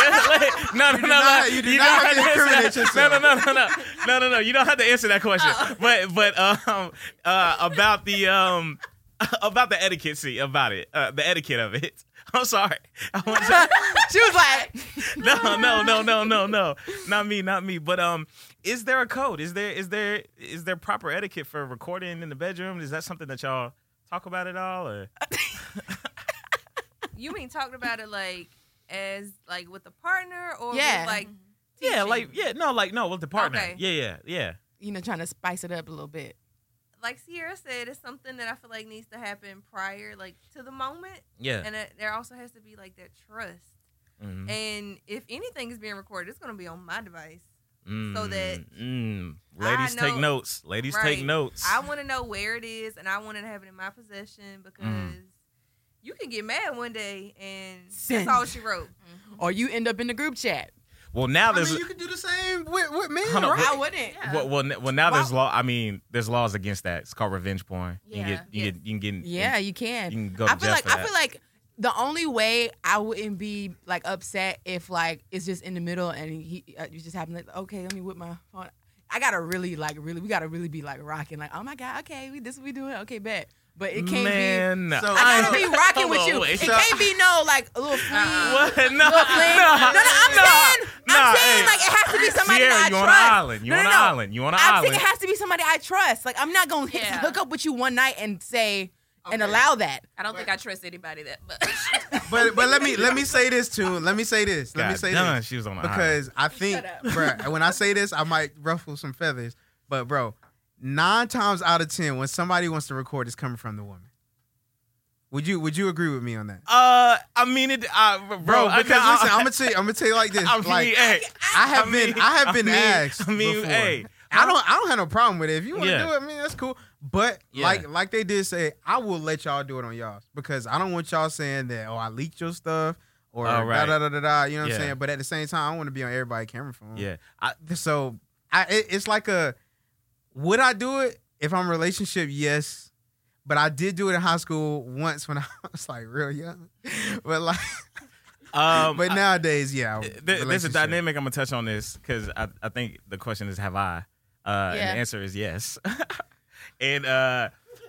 S1: no no no
S2: You do
S1: no
S2: not- you do
S1: You
S2: not
S1: don't
S2: have to
S1: answer
S2: incriminate
S1: that. no no
S2: yourself.
S1: no
S2: Oh.
S1: no no no no no you don't have to answer that question but but um uh about the um about the etiquette see about it uh, the etiquette of it I'm sorry I want to
S3: she was like,
S1: no, no, no, no, no, no. Not me, not me. But um, is there a code? Is there is there is there proper etiquette for recording in the bedroom? Is that something that y'all talk about at all? Or
S5: You mean talking about it like as like with the partner or
S3: Yeah.
S5: with, like
S1: yeah,
S5: teaching?
S1: like yeah, no, like no, with the partner.
S5: Okay.
S1: Yeah, yeah, yeah.
S3: you know, trying to spice it up a little bit.
S5: like Sierra said, it's something that I feel like needs to happen prior like to the moment,
S1: Yeah.
S5: and it, there also has to be like that trust.
S1: Mhm.
S5: And if anything is being recorded, it's gonna be on my device. so
S1: Mm,
S5: that
S1: mm. ladies
S5: I
S1: take
S5: know-
S1: notes. Ladies take
S5: Right.
S1: notes.
S5: I want to know where it is, and I want to have it in my possession because you can get mad one day, and
S3: Send.
S5: that's all she wrote.
S3: Or you end up in the group chat.
S1: well, now
S2: I
S1: there's
S2: mean, you could do the same with, with men,
S1: Hold on,
S2: right?
S1: what-
S3: I wouldn't.
S4: Yeah.
S1: well, well, n- well, now there's
S3: Wow.
S1: law. I mean, there's laws against that. It's called revenge porn. You can
S4: Yeah.
S1: get you
S5: Yes.
S1: get you can get
S3: Yeah, you can.
S1: you can go to
S3: I feel
S1: jail
S3: like
S1: for
S3: I
S1: that.
S3: feel like the only way I wouldn't be like upset if like it's just in the middle and he uh, you just happen to okay let me whip my phone. I gotta really like really we gotta really be like rocking like oh my god okay we this what we doing okay bet but it can't be.
S1: Man, no.
S2: So-
S3: I gotta be rocking with
S1: Hold on,
S3: you.
S1: wait.
S3: It can't be no like a little fling.
S1: What? No, no, no,
S3: No, no, I'm saying, I'm saying, like, it has to be somebody
S1: Sierra,
S3: that I
S1: you on an
S3: trust.
S1: island. You
S3: No,
S1: on
S3: no,
S1: an
S3: no.
S1: island. You on an
S3: I
S1: island.
S3: think it has to be somebody I trust. Like I'm not gonna hit,
S4: Yeah.
S3: hook up with you one night and say and
S5: Okay.
S3: allow that.
S4: I don't think I trust anybody that much.
S2: But but let me let me say this too. Let me say this. Let me
S1: God
S2: say
S1: done,
S2: this
S1: She was on an island.
S2: because I think,
S3: up.
S2: bruh, when I say this, I might ruffle some feathers. But bro, nine times out of ten, when somebody wants to record, it's coming from the woman. Would you Would you agree with me on that,
S1: Uh, I mean it, uh, bro.
S2: bro?
S1: I-
S2: Because
S1: I-
S2: listen, I'm gonna tell you, I'm gonna tell you like this.
S1: I mean,
S2: like
S1: hey,
S2: I have been, I have been
S1: mean,
S2: asked.
S1: I mean,
S2: before.
S1: hey,
S2: I don't I don't have no problem with it. If you want to
S1: Yeah.
S2: do it, man, that's cool. But
S1: Yeah.
S2: like like they did say, I will let y'all do it on y'all because I don't want y'all saying that oh I leaked your stuff or
S1: Oh, right.
S2: da da da da da. You know what
S1: Yeah.
S2: I'm saying? But at the same time, I want to be on everybody's camera phone.
S1: Yeah, I,
S2: So I it, it's like a would I do it if I'm in a relationship? Yes. But I did do it in high school once when I was like real young. But like
S1: um,
S2: but
S1: I-
S2: nowadays, yeah. I-
S1: th- there's a
S2: relationship.
S1: dynamic. I'm gonna touch on this because I, I think the question is, have I? Uh,
S3: Yeah.
S1: And the answer is yes. and uh,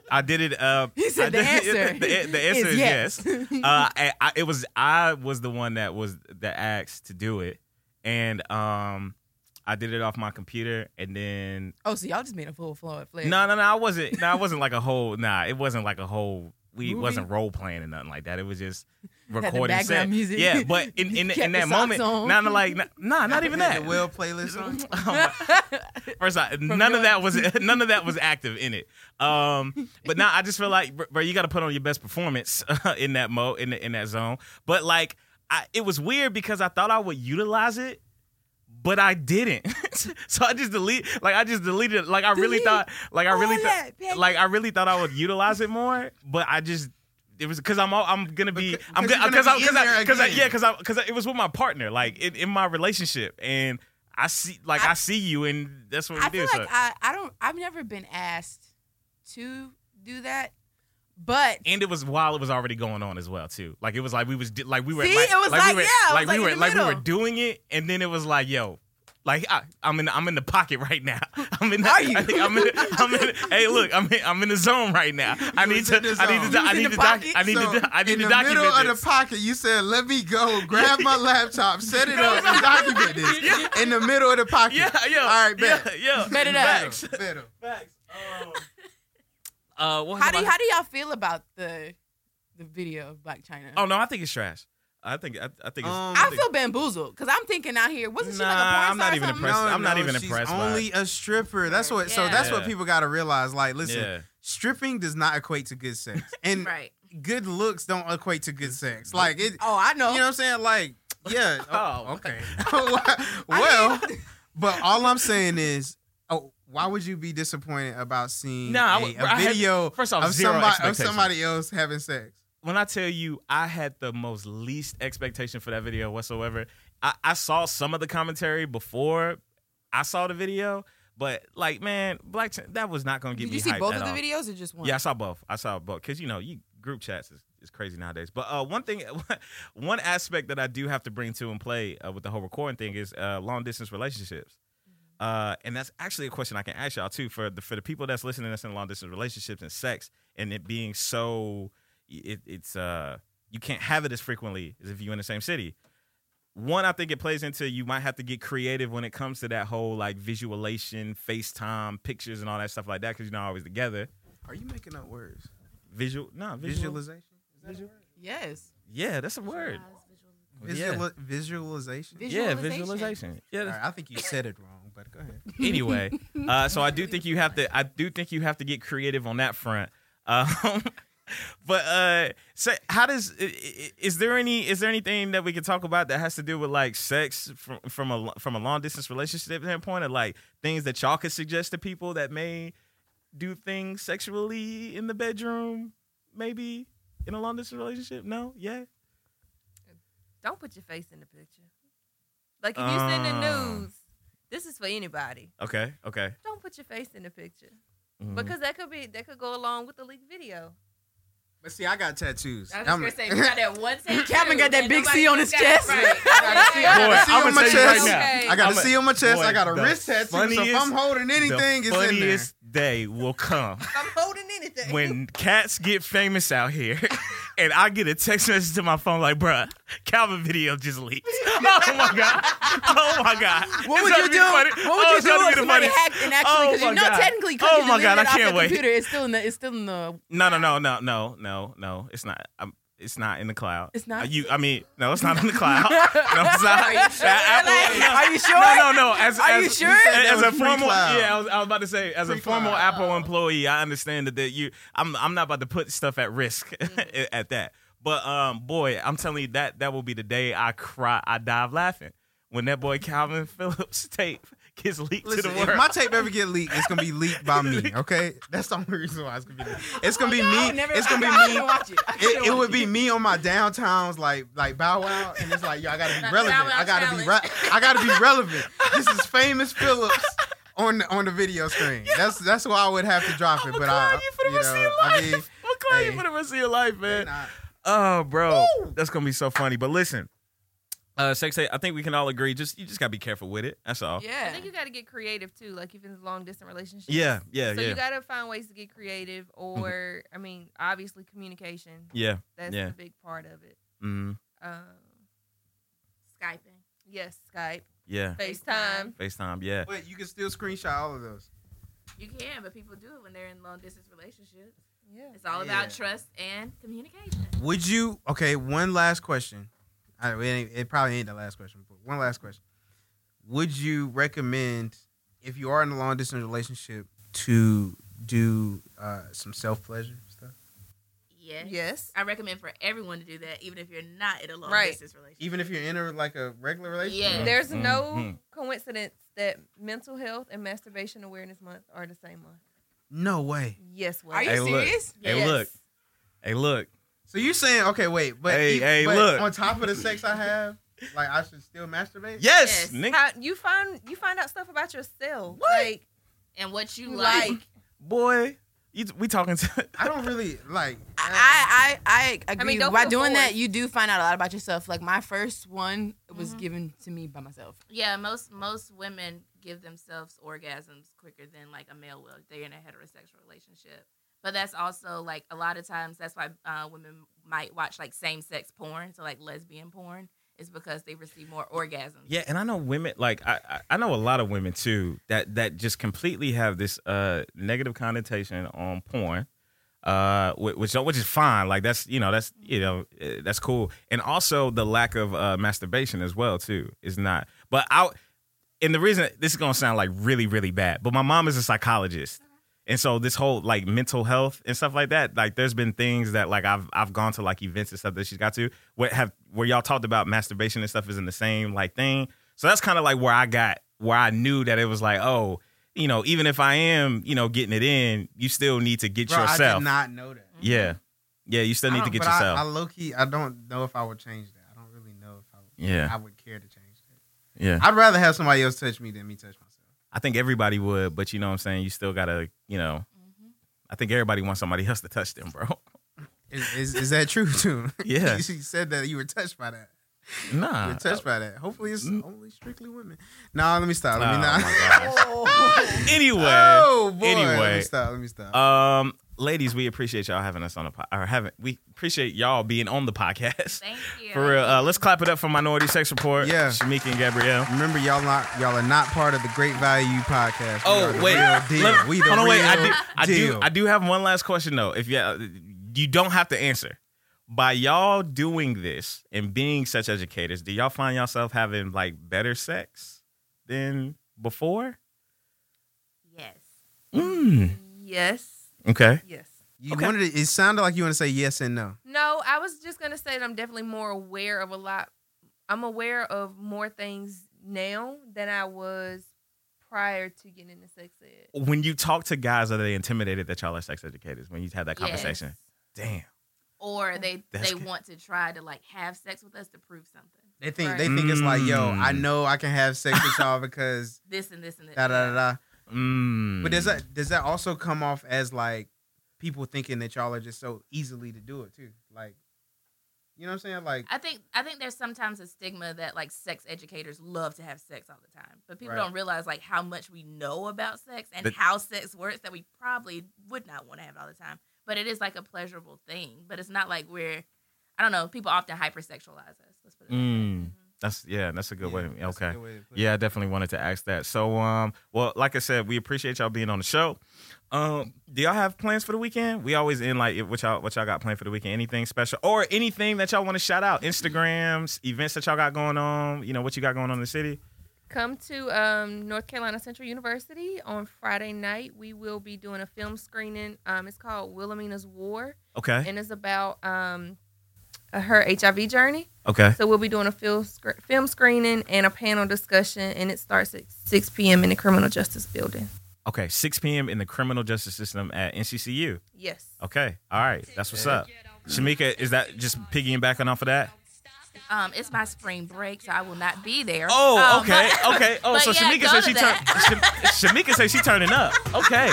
S1: I did it. Uh,
S3: He
S1: I
S3: said the
S1: did-
S3: answer.
S1: the, the answer is yes. uh, I, I, it was I was the one that was that asked to do it, and um, I did it off my computer, and then
S3: oh, so y'all just made a full floor flip.
S1: no, no, no, I wasn't. No, I wasn't like a whole. Nah, it wasn't like a whole. We
S3: Movie?
S1: wasn't role playing or nothing like that. It was just
S3: the
S1: recording
S3: background
S1: set.
S3: music.
S1: Yeah, but in
S3: You
S1: in,
S3: kept
S1: in
S3: the
S1: that
S3: socks
S1: moment,
S3: on.
S1: nah, nah, like nah, nah, not even
S2: The-
S1: that.
S2: The Will playlist on.
S1: Oh my- First, I, none of
S3: your-
S1: that was none of that was active in it. Um, but now I just feel like, br- bro, you got to put on your best performance in that mode in the, in that zone. But like, I, it was weird because I thought I would utilize it, but I didn't. so I just delete, like I just deleted. it. Like I really
S3: Delete Oh,
S1: thought, like I really
S3: all
S1: thought,
S3: that, baby.
S1: like I really thought I would utilize it more, but I just. It was because I'm all, I'm gonna be
S2: Because-
S1: I'm gonna
S2: because
S1: because
S2: you're
S1: I
S2: gonna
S1: because
S2: be
S1: I, because I
S2: in there again.
S1: yeah because I because it was with my partner like in, in my relationship and I see like I,
S3: I-
S1: see you and that's what we
S3: I
S1: do.
S3: feel
S1: so.
S3: like I, I don't I've never been asked to do that, but
S1: and it was while it was already going on as well too. Like it was like we was di- like we were
S3: See,
S1: like,
S3: it was
S1: we
S3: like,
S1: were,
S3: yeah, it was
S1: like, we
S3: like in
S1: were
S3: the
S1: like we were
S3: middle.
S1: doing it and then it was like yo like I, I'm in I'm in the pocket right now. I'm in the,
S3: Are you?
S1: I think I'm in, I'm in hey look I'm in, I'm in the zone right now. I need
S2: was
S1: to I
S2: in the
S1: need to
S2: zone.
S1: I need
S3: You was
S1: to
S3: in the
S1: doc,
S3: pocket?
S1: I need
S2: So,
S1: to do- I need
S2: in
S1: to
S2: the middle
S1: document
S2: of
S1: this.
S2: the pocket. You said, "Let me go, grab my laptop, set it up, and document this." In the middle of the pocket.
S1: yeah, yeah.
S2: All right, bet.
S1: Yeah, yeah.
S3: Bet it up.
S1: Facts.
S2: Middle, middle.
S1: Facts. Um, uh, what was
S3: how do
S1: my-
S3: you, how do y'all feel about the the video of Black China?
S1: Oh no, I think it's trash. I think I, I think it's
S2: Um,
S3: I
S1: think-
S3: feel bamboozled because I'm thinking out here wasn't she like a porn
S1: Nah,
S3: star
S1: I'm not
S3: or
S1: even
S3: something?
S1: impressed. I'm not even
S2: she's
S1: impressed by
S2: Only a stripper. That's what. So
S4: Yeah.
S2: that's
S1: Yeah.
S2: what people got to realize. Like, listen,
S1: yeah.
S2: stripping does not equate to good sex, and
S4: right.
S2: good looks don't equate to good sex. Like it,
S3: Oh, I know.
S2: you know what I'm saying? Like, yeah.
S1: Oh.
S2: Oh, okay. well, but all I'm saying is, oh, why would you be disappointed about seeing
S1: No, I
S2: a-
S1: would-
S2: a
S1: I had-
S2: video
S1: first off,
S2: of
S1: zero
S2: somebody of
S1: expectations.
S2: somebody else having sex?
S1: when I tell you I had the most least expectation for that video whatsoever, I, I saw some of the commentary before I saw the video, but like man, Black Ch- that was not gonna get
S6: Did
S1: me.
S6: you see
S1: hyped
S6: both
S1: at
S6: of the
S1: all.
S6: videos or just one?
S1: Yeah, I saw both. I saw both because you know you group chats is, is crazy nowadays. But uh, one thing, one aspect that I do have to bring to and play uh, with the whole recording thing is uh, long distance relationships.
S6: Mm-hmm.
S1: Uh, and that's actually a question I can ask y'all too for the for the people that's listening that's in long distance relationships and sex and it being so it, it's uh you can't have it as frequently as if you're in the same city. One, I think it plays into you might have to get creative when it comes to that whole like visualization, FaceTime, pictures, and all that stuff like that because you're not always together.
S2: Are you making up words?
S1: Visual, no visual.
S2: Visualization.
S6: Yes.
S1: Yeah, that's a word. Oh, Yeah.
S2: Visual, Visualization.
S1: Yeah, visualization. Yeah.
S2: All
S1: that's-
S2: right, I think you said it wrong, but go ahead.
S1: Anyway, uh, so I do think you have to. I do think you have to get creative on that front. Um, but uh, so how does i- i- is there any is there anything that we can talk about that has to do with like sex from from a from a long distance relationship standpoint, or like things that y'all could suggest to people that may do things sexually in the bedroom, maybe in a long distance relationship? No, yeah.
S5: Don't put your face in the picture. Like if you send the
S1: Um.
S5: nudes, this is for anybody.
S1: Okay, okay.
S5: Don't put your face in the picture
S1: Mhm.
S5: because that could be that could go along with the leaked video.
S2: But see, I got tattoos.
S4: I was just gonna say, we got that one tattoo
S3: Calvin got that
S4: and
S3: big
S4: nobody
S3: C on
S4: else
S3: his
S4: got it.
S3: chest.
S4: Right.
S1: Boy,
S2: I got a C
S1: I'ma
S2: on my
S1: tell you right
S2: chest.
S5: Okay.
S2: I got a
S1: I'ma-
S2: C on my chest.
S1: boy,
S2: I got a
S1: the
S2: wrist tattoo. so if
S1: funniest-
S2: I'm holding anything,
S1: the
S2: it's in there.
S1: funniest day will come
S5: I'm holding anything.
S1: when cats get famous out here, and I get a text message to my phone like, "Bruh, Calvin video just leaked." Oh my god! Oh my god!
S3: What
S1: It's
S3: would
S1: gonna
S3: you
S1: be
S3: do?
S1: funny.
S3: What would
S1: Oh,
S3: you
S1: it's
S3: do
S1: gonna
S3: if
S1: be the
S3: somebody
S1: funniest.
S3: hacked and actually, because
S1: Oh
S3: you
S1: my
S3: know
S1: God.
S3: technically, because
S1: Oh
S3: you
S1: my
S3: deleted
S1: God, I
S3: it off
S1: can't
S3: the
S1: wait.
S3: computer, it's still in the, it's still in the.
S1: No, no, no, no, no, no, no. It's not. I'm, it's not in the cloud.
S3: It's not?
S1: Uh, You, I mean, no, it's not in the cloud. No, it's not. Are you sure?
S3: Are you sure?
S1: No, no, no. As,
S3: Are
S1: as,
S3: you sure?
S1: As,
S2: That
S1: a
S2: was free
S1: formal,
S2: cloud.
S1: yeah, I was, I was about to say, as a
S2: Free
S1: formal
S2: cloud.
S1: Apple employee, I understand that, that you, I'm, I'm not about to put stuff at risk
S3: Mm.
S1: at that. But um, boy, I'm telling you that that will be the day I cry, I dive laughing when that boy Calvin Phillips tape gets leaked
S2: Listen,
S1: to the
S2: if
S1: world.
S2: my tape ever get leaked, it's gonna be leaked by me. Okay, that's the only reason why it's gonna be. Leaked. It's gonna
S4: Oh,
S2: be me. It's gonna be me.
S3: Watch it.
S2: It, it would be me on my downtowns, like like Bow Wow, and it's like yo, I gotta be
S4: Bow
S2: relevant.
S4: Wow
S2: I gotta be
S4: challenge.
S2: re- I gotta be relevant. This is famous Phillips on the, on the video screen. That's that's why I would have to drop it.
S1: I'ma
S2: But
S1: clown
S2: I,
S1: you for the
S2: you
S1: rest of
S2: know,
S1: your
S2: I
S1: life.
S2: mean,
S1: I'ma clown you
S2: hey,
S1: for the rest of your life, man.
S2: they're not-
S1: Oh, bro, that's gonna be so funny. But listen, uh, sex tape. I think we can all agree. Just you just gotta be careful with it. That's all.
S6: Yeah.
S5: I think you got to get creative too. Like if it's a long distance relationship.
S1: yeah, yeah,
S5: So
S1: yeah. Mm-hmm.
S5: you got to find ways to get creative, or I mean, obviously communication.
S1: yeah.
S5: That's
S1: Yeah.
S5: a big part of it.
S1: Mm,
S5: Um,
S4: Skyping.
S5: yes, Skype,
S1: yeah.
S5: FaceTime.
S1: FaceTime. Yeah.
S2: But you can still screenshot all of those.
S4: You can, but people do it when they're in long distance relationships.
S5: Yeah.
S4: It's all
S2: Yeah.
S4: about trust and communication.
S2: Would you? Okay, one last question. I, it, ain't, it probably ain't the last question, but one last question. Would you recommend, if you are in a long distance relationship, to do uh, some self pleasure stuff,
S4: Yes.
S5: Yes.
S4: I recommend for everyone to do that, even if you're not in a long
S5: Right.
S4: distance relationship.
S2: even if you're in a like a regular relationship?
S4: Yeah.
S5: There's
S1: Mm,
S5: no
S1: mm.
S5: coincidence that mental health and masturbation awareness month are the same month.
S2: No way.
S5: Yes, well.
S3: Are you
S1: Hey, look.
S3: serious?
S1: Hey, look. Hey, look.
S2: So you're saying okay, wait, but
S1: Hey,
S2: ev-
S1: hey,
S2: but
S1: look.
S2: on top of the sex I have, like I should still masturbate.
S1: Yes,
S4: Yes.
S1: Nick.
S5: How, you find you find out stuff about yourself. Like
S4: And what you like.
S5: like
S1: Boy, you, we talking to.
S2: I don't really like.
S3: I, I, I agree.
S5: I mean, don't
S3: By
S5: feel
S3: doing that,
S5: forced.
S3: you do find out a lot about yourself. Like my first one was
S5: Mm-hmm.
S4: Mhm.
S3: given to me by myself.
S4: Yeah, most most women give themselves orgasms quicker than like a male will. if They're in a heterosexual relationship, but that's also like a lot of times that's why uh, women might watch like same sex porn, so like lesbian porn, is because they receive more orgasms.
S1: Yeah, and I know women like I, I I know a lot of women too that that just completely have this uh negative connotation on porn, uh whi- which which is fine. Like that's you know that's you know eh, that's cool, and also the lack of uh, masturbation as well too is not.
S2: Uh-huh.
S1: But I and the reason this is gonna sound like really really bad, but my mom is a psychologist, And so this whole like mental health and stuff like that, like there's been things that like I've I've gone to like events and stuff that she's got to. What have where y'all talked about masturbation and stuff isn't the same like thing. So that's kind of like where I got where I knew that it was like, oh, you know, even if I am, you know, getting it in, you still need to get
S2: Bro, I
S1: yourself.
S2: did not know that.
S1: yeah. Yeah, you still
S2: I
S1: need to
S2: don't-
S1: get
S2: but I-
S1: yourself.
S2: I, low key, I don't know if I would change that. I don't really know if I, would,
S1: yeah.
S2: I would care to change that.
S1: Yeah.
S2: I'd rather have somebody else touch me than me touch myself.
S1: I think everybody would, but you know what I'm saying? You still gotta, you know,
S4: Mm-hmm.
S1: I think everybody wants somebody else to touch them, bro.
S2: Is, is, is that true too?
S1: Yeah.
S2: you said that you were touched by that. You
S1: Nah.
S2: were touched by that. Hopefully, it's
S1: Mm.
S2: only strictly women. Nah, let me stop. Let me
S1: Oh,
S2: not.
S1: my
S2: oh,
S1: gosh. Anyway.
S2: boy. Let
S1: Anyway.
S2: me stop. Let me stop.
S1: Um, ladies, we appreciate y'all having us on the po- or having we appreciate y'all being on the podcast.
S4: Thank you.
S1: For real. Uh, let's clap it up for Minority Sex Report.
S2: Yeah.
S1: Shamika and Gabrielle.
S2: Remember, y'all not y'all are not part of the Great Value podcast. We
S1: Oh,
S2: are the
S1: wait.
S2: real deal.
S1: Let-
S2: we the
S1: Hold on,
S2: real
S1: wait. I do, I
S2: deal.
S1: do I do have one last question though. If yeah, you don't have to answer. By y'all doing this and being such educators, do y'all find yourself having like better sex than before?
S4: Yes.
S1: Mm.
S5: Yes.
S1: Okay.
S5: Yes.
S2: You
S1: Okay.
S2: wanted to, it sounded like you want to say yes and no.
S5: No, I was just gonna say that I'm definitely more aware of a lot. I'm aware of more things now than I was prior to getting into sex ed.
S1: When you talk to guys, are they intimidated that y'all are sex educators? When you have that
S4: Yes.
S1: conversation, damn.
S4: Or they
S1: That's
S4: they
S1: good.
S4: want to try to like have sex with us to prove something.
S2: They think
S4: Right.
S2: they think it's like, yo,
S1: Mm.
S2: I know I can have sex with y'all because
S4: This and this and this.
S2: da da da. da.
S1: Mm.
S2: But does that does that also come off as like people thinking that y'all are just so easily to do it too? Like, you know what I'm saying? Like,
S4: I think I think there's sometimes a stigma that like sex educators love to have sex all the time, but people
S2: Right.
S4: don't realize like how much we know about sex and
S1: But-
S4: how sex works that we probably would not want to have all the time. But it is like a pleasurable thing. But it's not like we're I don't know. People often hypersexualize us. Let's put it that way.
S1: Mm. That's yeah. That's a good
S2: Yeah,
S1: way.
S2: that's a
S1: Okay.
S2: good way to put it.
S1: Yeah, I definitely wanted to ask that. So, um, well, like I said, we appreciate y'all being on the show. Um, do y'all have plans for the weekend? We always end like what y'all what y'all got planned for the weekend? Anything special or anything that y'all want to shout out? Instagrams, events that y'all got going on. You know what you got going on in the city?
S5: Come to um, North Carolina Central University on Friday night. We will be doing a film screening. Um, it's called Wilhelmina's War,
S1: Okay.
S5: and it's about um, her HIV journey.
S1: Okay.
S5: So we'll be doing a film, sc- film screening and a panel discussion, and it starts at 6 p.m. in the Criminal Justice Building.
S1: Okay. 6 p.m. in the criminal justice system at NCCU.
S5: Yes.
S1: Okay. All right. That's what's up. Shamika, is that just piggybacking off of that?
S4: Um, it's my spring break, so I will not be there.
S1: Oh,
S4: Um,
S1: okay, okay. Oh,
S4: but
S1: so
S4: yeah,
S1: Shamika
S4: go
S1: said
S4: to
S1: she turned.
S4: that.
S1: Shamika said she turning up. Okay.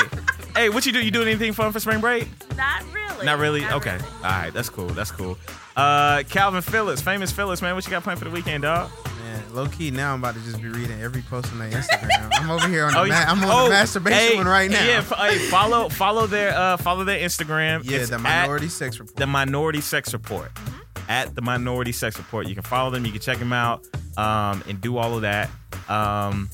S1: Hey, what you do? You doing anything fun for spring break?
S4: Not really.
S1: Not really. Okay. All right. That's cool. That's cool. Uh, Calvin Phillips, famous Phillips, man. What you got planned for the weekend, dog?
S2: Man, low key now I'm about to just be reading every post on their Instagram. I'm over here on the
S1: you-
S2: ma- I'm on
S1: oh,
S2: the masturbation
S1: hey,
S2: one right now.
S1: Yeah. F- hey, follow follow their uh, follow their Instagram.
S2: yeah,
S1: It's
S2: the
S1: at
S2: minority sex report.
S1: the Minority Sex Report. At the Minority Sex Report, you can follow them. You can check them out um, and do all of that. Um,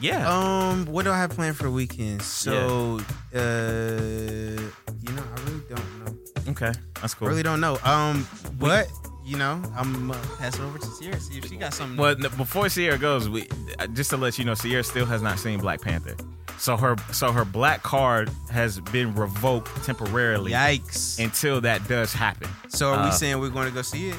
S1: yeah.
S2: Um, what do I have planned for the weekend? So, uh, you know, I really don't know.
S1: okay. That's cool.
S2: Really don't know. Um, but you know, I'm uh, passing over to Sierra see if she got something.
S1: Well, n- before Sierra goes, we uh, just to let you know, Sierra still has not seen Black Panther. So her so her black card has been revoked temporarily
S2: Yikes!
S1: until that does happen.
S2: so, are
S1: uh,
S2: we saying we're going to go see it?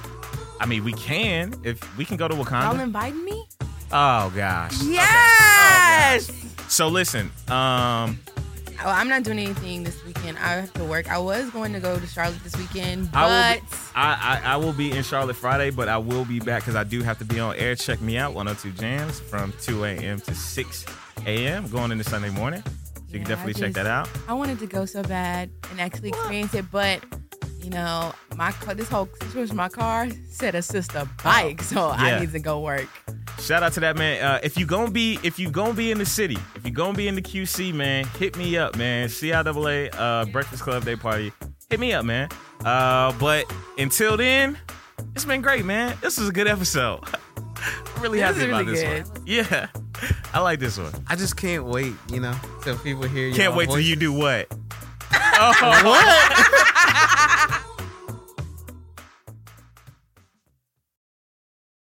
S1: I mean, we can if we can go to
S3: Y'all
S1: Wakanda.
S3: inviting me?
S1: Oh gosh.
S3: Yes.
S1: So listen, um,
S3: Oh, I'm not doing anything this weekend. I have to work. I was going to go to Charlotte this weekend,
S1: I will be-
S3: but
S1: I, I I will be in Charlotte Friday, but I will be back because I do have to be on air. Check me out 102 Jams from 2 a.m. to 6 a.m. going into Sunday morning. So you
S3: Yeah,
S1: can
S3: I
S1: definitely check
S3: just-
S1: that out.
S3: I wanted to go so bad and actually experience it, but you know, my car, this whole situation, with my car said a sister bike, so
S1: Yeah.
S3: I need to go work.
S1: Shout out to that man. Uh, if you gonna be, if you gonna be in the city, if you gonna be in the QC, man, hit me up, man. CIAA uh, Breakfast Club Day Party, hit me up, man. Uh, but until then, it's been great, man. This was a good episode. I'm really
S3: This
S1: happy
S3: is
S1: about
S3: really
S1: this
S3: good.
S1: one. Yeah, I like this one.
S2: I just can't wait. You know, till people hear.
S1: Can't
S2: y'all
S1: wait till
S2: voice.
S1: you do what. Oh, what?